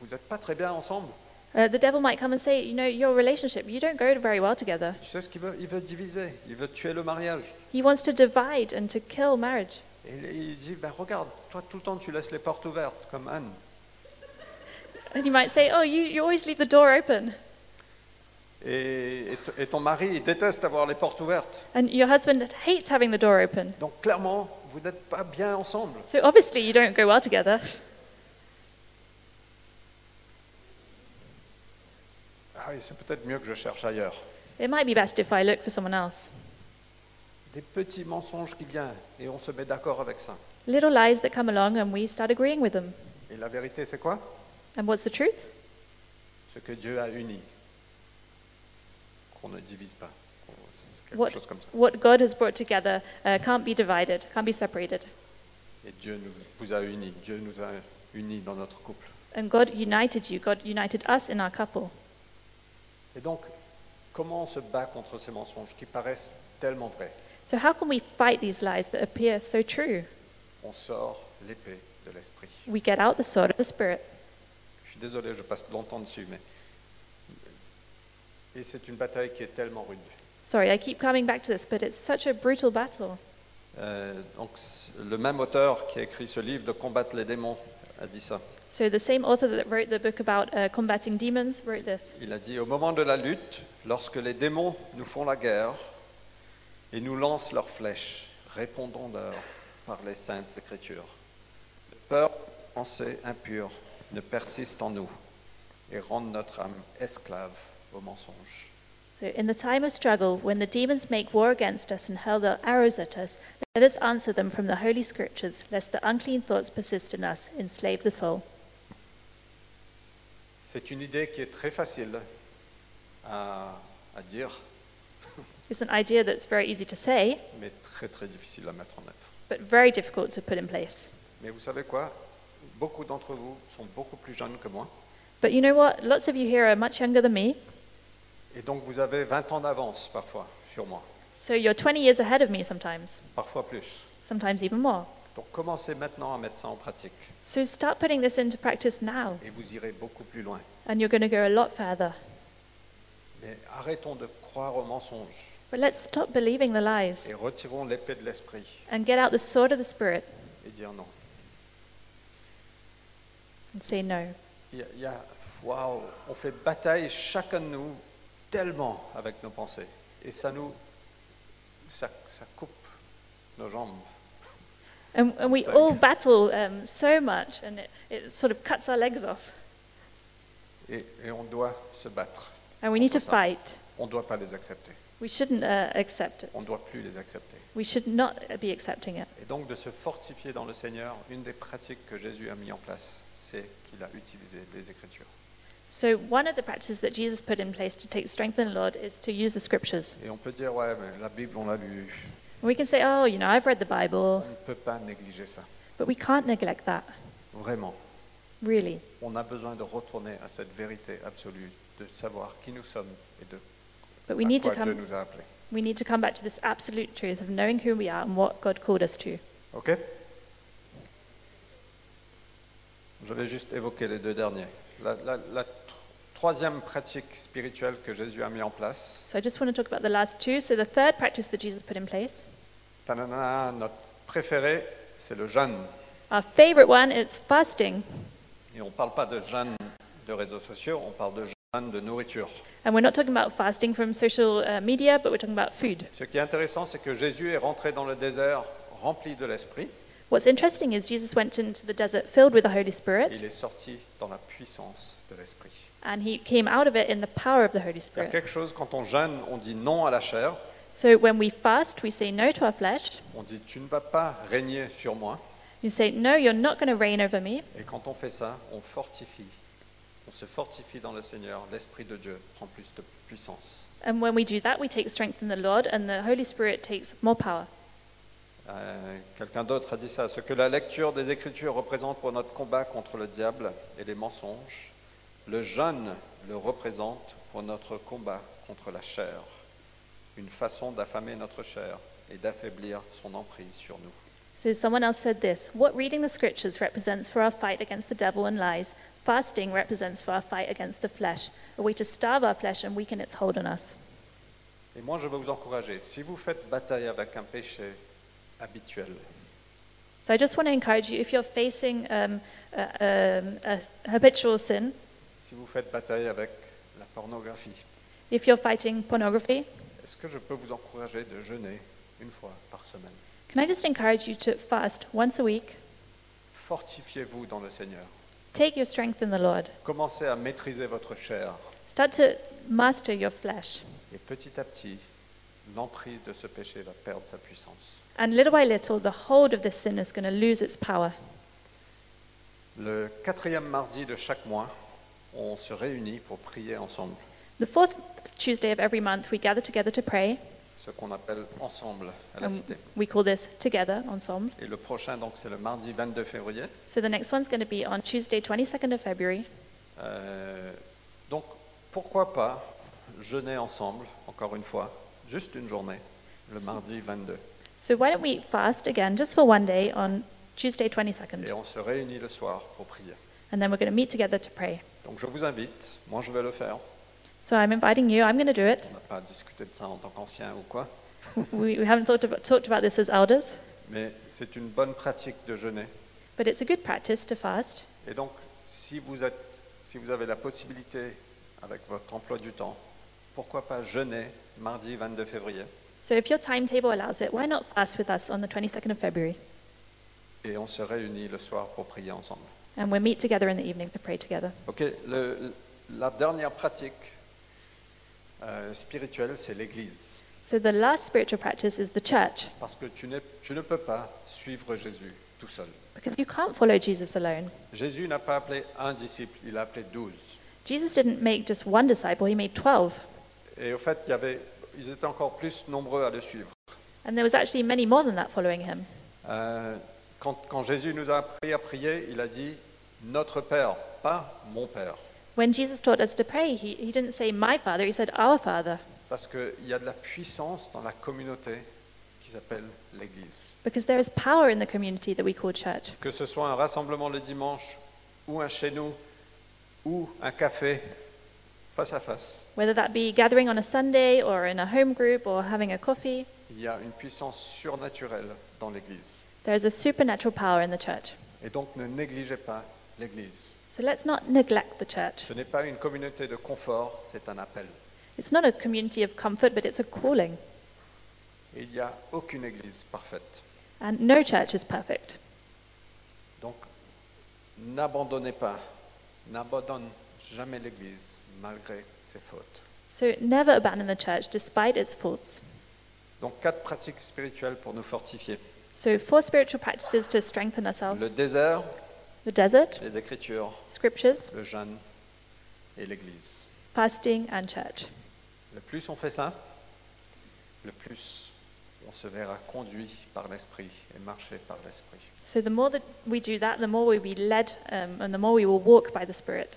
Speaker 4: vous n'êtes pas très bien ensemble.
Speaker 3: Uh, the devil might come and say, you know, your relationship, you don't go very well together.
Speaker 4: Tu sais ce qu'il veut Il veut diviser, il veut tuer le mariage.
Speaker 3: He wants to divide and to kill marriage.
Speaker 4: Et il- il dit, ben regarde, toi tout le temps tu laisses les portes ouvertes, comme Anne.
Speaker 3: And you might say, oh, you, you always leave the door open.
Speaker 4: Et, et t- et ton mari, il déteste avoir les portes ouvertes.
Speaker 3: And your husband hates having the door open.
Speaker 4: Donc clairement, vous n'êtes pas bien ensemble.
Speaker 3: So obviously you don't go well together.
Speaker 4: Ah, et c'est peut-être mieux que je cherche ailleurs.
Speaker 3: It might be best if I look for someone else.
Speaker 4: Des petits mensonges qui viennent et on se met d'accord avec ça.
Speaker 3: Little lies that come along and we start agreeing with them.
Speaker 4: Et la vérité, c'est quoi
Speaker 3: And what's the truth?
Speaker 4: Ce que Dieu a uni. Qu'on ne divise pas. Qu'on- c'est Quelque
Speaker 3: What,
Speaker 4: chose comme ça.
Speaker 3: what God has brought together uh, can't be divided, can't be separated.
Speaker 4: Et Dieu nous, vous a unis. Dieu nous a unis dans notre couple.
Speaker 3: And God united you, God united us in our couple.
Speaker 4: Et donc, comment on se bat contre ces mensonges qui paraissent tellement vrais
Speaker 3: So, how can we fight these lies that appear so true?
Speaker 4: On sort l'épée de l'esprit.
Speaker 3: We get out the sword of the Spirit.
Speaker 4: Je suis désolé, je passe longtemps dessus, mais. Et c'est une bataille qui est tellement rude.
Speaker 3: Sorry, I keep coming back to this, but it's such a brutal battle.
Speaker 4: Euh, donc, c- le même auteur qui a écrit ce livre de Combattre les démons a dit ça.
Speaker 3: So, the same author that wrote the book about uh, combating demons wrote this.
Speaker 4: Il a dit Au moment de la lutte, lorsque les démons nous font la guerre et nous lancent leurs flèches, répondons-leur par les saintes écritures. Les peurs, pensées impures ne persistent en nous et rendent notre âme esclave au mensonge.
Speaker 3: So, in the time of struggle, when the demons make war against us and hurl their arrows at us, let us answer them from the Holy Scriptures, lest the unclean thoughts persist in us, enslave the soul.
Speaker 4: C'est une idée qui est très facile à, à dire,
Speaker 3: It's an idea that's very easy to say,
Speaker 4: mais très très difficile à mettre en œuvre.
Speaker 3: but very difficult to put in place.
Speaker 4: Mais vous savez quoi Beaucoup d'entre vous sont beaucoup plus jeunes que moi,
Speaker 3: But you know what? Lots of you here are much younger than me,
Speaker 4: et donc vous avez 20 ans d'avance parfois sur moi,
Speaker 3: so you're 20 years ahead of me sometimes,
Speaker 4: parfois plus.
Speaker 3: sometimes even more.
Speaker 4: Donc commencez maintenant à mettre ça en pratique
Speaker 3: So start putting this into practice now,
Speaker 4: et vous irez beaucoup plus loin.
Speaker 3: and you're going to go a lot further.
Speaker 4: Mais arrêtons de croire aux mensonges
Speaker 3: But let's stop believing the lies
Speaker 4: et retirons l'épée de l'esprit
Speaker 3: and get out the sword of the Spirit
Speaker 4: et dire non.
Speaker 3: and say no.
Speaker 4: Il y a, il y a- waouh, on fait bataille chacun de nous tellement avec nos pensées et ça nous, ça, ça coupe nos jambes.
Speaker 3: And, and we
Speaker 4: So-
Speaker 3: all battle um, so much, and it, it sort of cuts our legs off.
Speaker 4: Et, et on doit se battre.
Speaker 3: And we need to
Speaker 4: Awesome.
Speaker 3: fight.
Speaker 4: On ne doit pas les accepter.
Speaker 3: We shouldn't uh, accept it.
Speaker 4: On ne doit plus les accepter.
Speaker 3: We should not uh, be accepting it.
Speaker 4: Et donc de se fortifier dans le Seigneur, une des pratiques que Jésus a mis en place, c'est qu'il a utilisé les Écritures.
Speaker 3: So, one of the practices that Jesus put in place to take strength in the Lord is to use the scriptures.
Speaker 5: Et on peut dire, ouais, mais la Bible, on l'a lu.
Speaker 3: And we can say, oh, you know, I've read the
Speaker 5: On
Speaker 3: Bible,
Speaker 5: ne peut pas négliger ça.
Speaker 3: but we can't neglect that,
Speaker 5: Vraiment.
Speaker 3: really.
Speaker 5: On a besoin de retourner à cette vérité absolue, de savoir qui nous sommes et de
Speaker 3: But we
Speaker 5: à
Speaker 3: need to
Speaker 5: quoi Dieu
Speaker 3: come,
Speaker 5: nous a appelés.
Speaker 3: we need to come back to this absolute truth of knowing who we are and what God called us to.
Speaker 5: OK
Speaker 4: Je vais juste évoquer les deux derniers. La, la- la tr- troisième pratique spirituelle que Jésus a mis en place,
Speaker 3: So, I just want to talk about the last two. So, the third practice that Jesus put in place,
Speaker 4: tanana, notre préféré, c'est le jeûne.
Speaker 3: our favorite one, it's fasting.
Speaker 4: Et on ne parle pas de jeûne de réseaux sociaux, on parle de jeûne de nourriture.
Speaker 3: And we're not talking about fasting from social uh, media, but we're talking about food.
Speaker 4: Ce qui est intéressant, c'est que Jésus est rentré dans le désert rempli de l'esprit.
Speaker 3: What's interesting is Jesus went into the desert filled with the Holy
Speaker 4: et
Speaker 3: Spirit,
Speaker 4: Il est sorti dans la puissance de l'esprit.
Speaker 3: and he came out of it in the power of the Holy
Speaker 4: Il y a
Speaker 3: Spirit.
Speaker 4: quelque chose, quand on jeûne, on dit non à la chair,
Speaker 3: So when we fast, we say no to our flesh.
Speaker 4: on dit tu ne vas pas régner sur moi.
Speaker 3: You say, No, you're not going to reign over me.
Speaker 4: Et quand on fait ça, on fortifie. On se fortifie dans le Seigneur. L'Esprit de Dieu prend plus de puissance.
Speaker 3: And when we do that, we take strength in the Lord, and the Holy Spirit takes more power.
Speaker 4: Euh, Quelqu'un d'autre a dit ça. Ce que la lecture des Écritures représente pour notre combat contre le diable et les mensonges, le jeûne le représente pour notre combat contre la chair. Une façon d'affamer notre chair et d'affaiblir son emprise sur nous.
Speaker 3: So someone else said this What reading the scriptures represents for our fight against the devil and lies, fasting represents for our fight against the flesh, a way to starve our flesh and weaken its hold on us.
Speaker 4: Et moi, je veux vous encourager. Si vous faites bataille avec un péché habituel,
Speaker 3: So I just want to encourage you if you're facing um, a, um, a habitual sin,
Speaker 4: si vous faites bataille avec la pornographie,
Speaker 3: if you're fighting pornography,
Speaker 4: est-ce que je peux vous encourager de jeûner une fois par semaine
Speaker 3: can I just encourage you to fast once a week?
Speaker 4: Fortifiez-vous dans le Seigneur.
Speaker 3: Take your strength in the Lord.
Speaker 4: Commencez à maîtriser votre chair.
Speaker 3: Start to master your flesh.
Speaker 4: Et petit à petit, l'emprise de ce péché va perdre sa puissance.
Speaker 3: And little by little, the hold of this sin is going to lose its power.
Speaker 4: Le quatrième mardi de chaque mois, on se réunit pour prier ensemble,
Speaker 3: The fourth Tuesday of every month, we gather together to pray.
Speaker 4: ce qu'on appelle ensemble à la
Speaker 3: And
Speaker 4: cité.
Speaker 3: we call this Together Ensemble.
Speaker 4: Et le prochain, donc, c'est le mardi 22 février.
Speaker 3: So the next one's going to be on Tuesday, 22nd of February.
Speaker 4: Euh, donc, pourquoi pas jeûner ensemble, encore une fois, juste une journée, le mardi 22.
Speaker 3: So why don't we fast again just for one day on Tuesday,
Speaker 4: Et
Speaker 3: 22nd?
Speaker 4: on se réunit le soir pour prier.
Speaker 3: And then we're going to meet together to pray.
Speaker 4: Donc, je vous invite, moi je vais le faire.
Speaker 3: So I'm inviting you. I'm going to do it.
Speaker 4: On n'a pas discuté de ça en tant qu'ancien ou quoi,
Speaker 3: We, we haven't thought about, talked about this as elders,
Speaker 4: mais c'est une bonne pratique de jeûner.
Speaker 3: but it's a good practice to fast.
Speaker 4: Et donc, si vous, êtes, si vous avez la possibilité, avec votre emploi du temps, pourquoi pas jeûner mardi 22 février
Speaker 3: So if your timetable allows it, why not fast with us on the 22nd of February?
Speaker 4: et on se réunit le soir pour prier ensemble.
Speaker 3: And we'll meet together in the evening to pray together.
Speaker 4: Ok, le- la dernière pratique euh, spirituelle, c'est l'Église.
Speaker 3: So the last spiritual practice is the church,
Speaker 4: Parce que tu, n'es- tu ne peux pas suivre Jésus tout seul.
Speaker 3: because you can't follow Jesus alone.
Speaker 4: Jésus n'a pas appelé un disciple, il a appelé douze.
Speaker 3: Jesus didn't make just one disciple, he made 12.
Speaker 4: Et au fait, il y avait, ils étaient encore plus nombreux à le suivre.
Speaker 3: And there was actually many more than that following him.
Speaker 4: Euh, quand, quand Jésus nous a appris à prier, il a dit Notre Père, pas mon Père.
Speaker 3: When Jesus taught us to pray, he, he didn't say, My Father, he said, Our Father,
Speaker 4: Parce qu'il y a de la puissance dans la communauté qui s'appelle l'Église.
Speaker 3: because there is power in the community that we call church.
Speaker 4: Que ce soit un rassemblement le dimanche, ou un chez nous, ou un café, face à face,
Speaker 3: Whether that be gathering on a Sunday or in a home group or having a coffee,
Speaker 4: il y a une puissance surnaturelle dans l'Église.
Speaker 3: there is a supernatural power in the church.
Speaker 4: Et donc ne négligez pas l'Église.
Speaker 3: So let's not neglect the church.
Speaker 4: Ce n'est pas une communauté de confort, c'est un appel.
Speaker 3: It's not a community of comfort, but it's a calling.
Speaker 4: Et il n'y a aucune Église parfaite.
Speaker 3: And no church is perfect.
Speaker 4: Donc n'abandonnez pas, n'abandonne jamais l'Église malgré ses fautes.
Speaker 3: So never abandon the church despite its faults.
Speaker 4: Donc quatre pratiques spirituelles pour nous fortifier.
Speaker 3: So, four spiritual practices to strengthen ourselves
Speaker 4: Le désert,
Speaker 3: the desert,
Speaker 4: les Écritures,
Speaker 3: scriptures,
Speaker 4: le jeûne et l'Église.
Speaker 3: fasting, and church.
Speaker 4: Le plus on fait ça, le plus on se verra conduit par l'Esprit et marcher par l'Esprit.
Speaker 3: So the more that we do that, the more we'll be led um, and the more we will walk by the Spirit.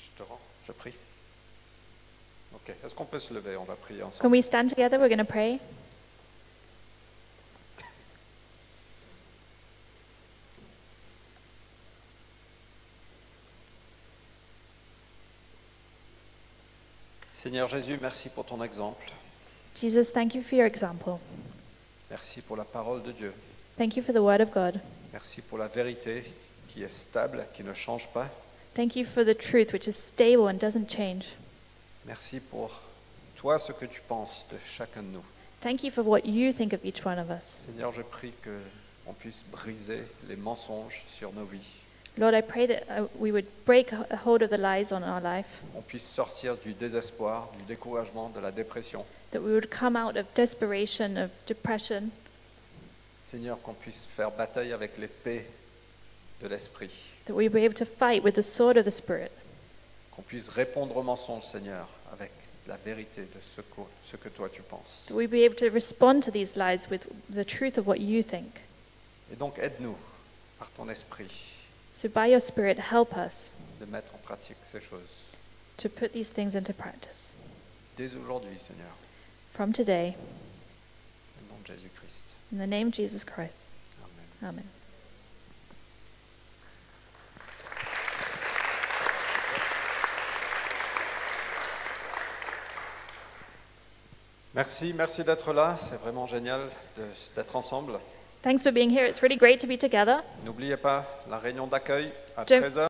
Speaker 4: Je te rends, je prie. Ok, est-ce qu'on peut se lever On va prier
Speaker 3: Can
Speaker 4: ensemble.
Speaker 3: we stand together? We're going to pray.
Speaker 4: Seigneur Jésus, merci pour ton exemple.
Speaker 3: Jesus, thank you for your example.
Speaker 4: Merci pour la parole de Dieu.
Speaker 3: Thank you for the Word of God.
Speaker 4: Merci pour la vérité qui est stable, qui ne change pas.
Speaker 3: Thank you for the truth which is stable and doesn't change.
Speaker 4: Merci pour toi, ce que tu penses de chacun de nous.
Speaker 3: Thank you for what you think of each one of us.
Speaker 4: Seigneur, je prie que on puisse briser les mensonges sur nos vies.
Speaker 3: Lord, I pray that uh, we would break h- hold of the lies on our life,
Speaker 4: On puisse sortir du désespoir, du découragement, de la dépression.
Speaker 3: that we would come out of desperation, of depression,
Speaker 4: Seigneur, qu'on puisse faire bataille avec l'épée de l'esprit.
Speaker 3: that we would be able to fight with the sword of the Spirit,
Speaker 4: Qu'on puisse répondre aux mensonges, Seigneur, avec la vérité de ce que, ce que toi tu penses.
Speaker 3: that we would be able to respond to these lies with the truth of what you think.
Speaker 4: Et donc aide-nous par ton esprit
Speaker 3: So, by your Spirit, help us
Speaker 4: de mettre en pratique ces choses.
Speaker 3: to put these things into practice
Speaker 4: Dès aujourd'hui, Seigneur,
Speaker 3: from today,
Speaker 4: au nom de Jésus-Christ.
Speaker 3: in the name of Jesus Christ.
Speaker 4: Amen.
Speaker 3: Amen.
Speaker 4: Merci, merci d'être là. C'est vraiment génial de- d'être ensemble.
Speaker 3: Thanks for being here. It's really great to be together.
Speaker 4: N'oubliez pas la réunion d'accueil à
Speaker 3: Jim.
Speaker 4: 13h.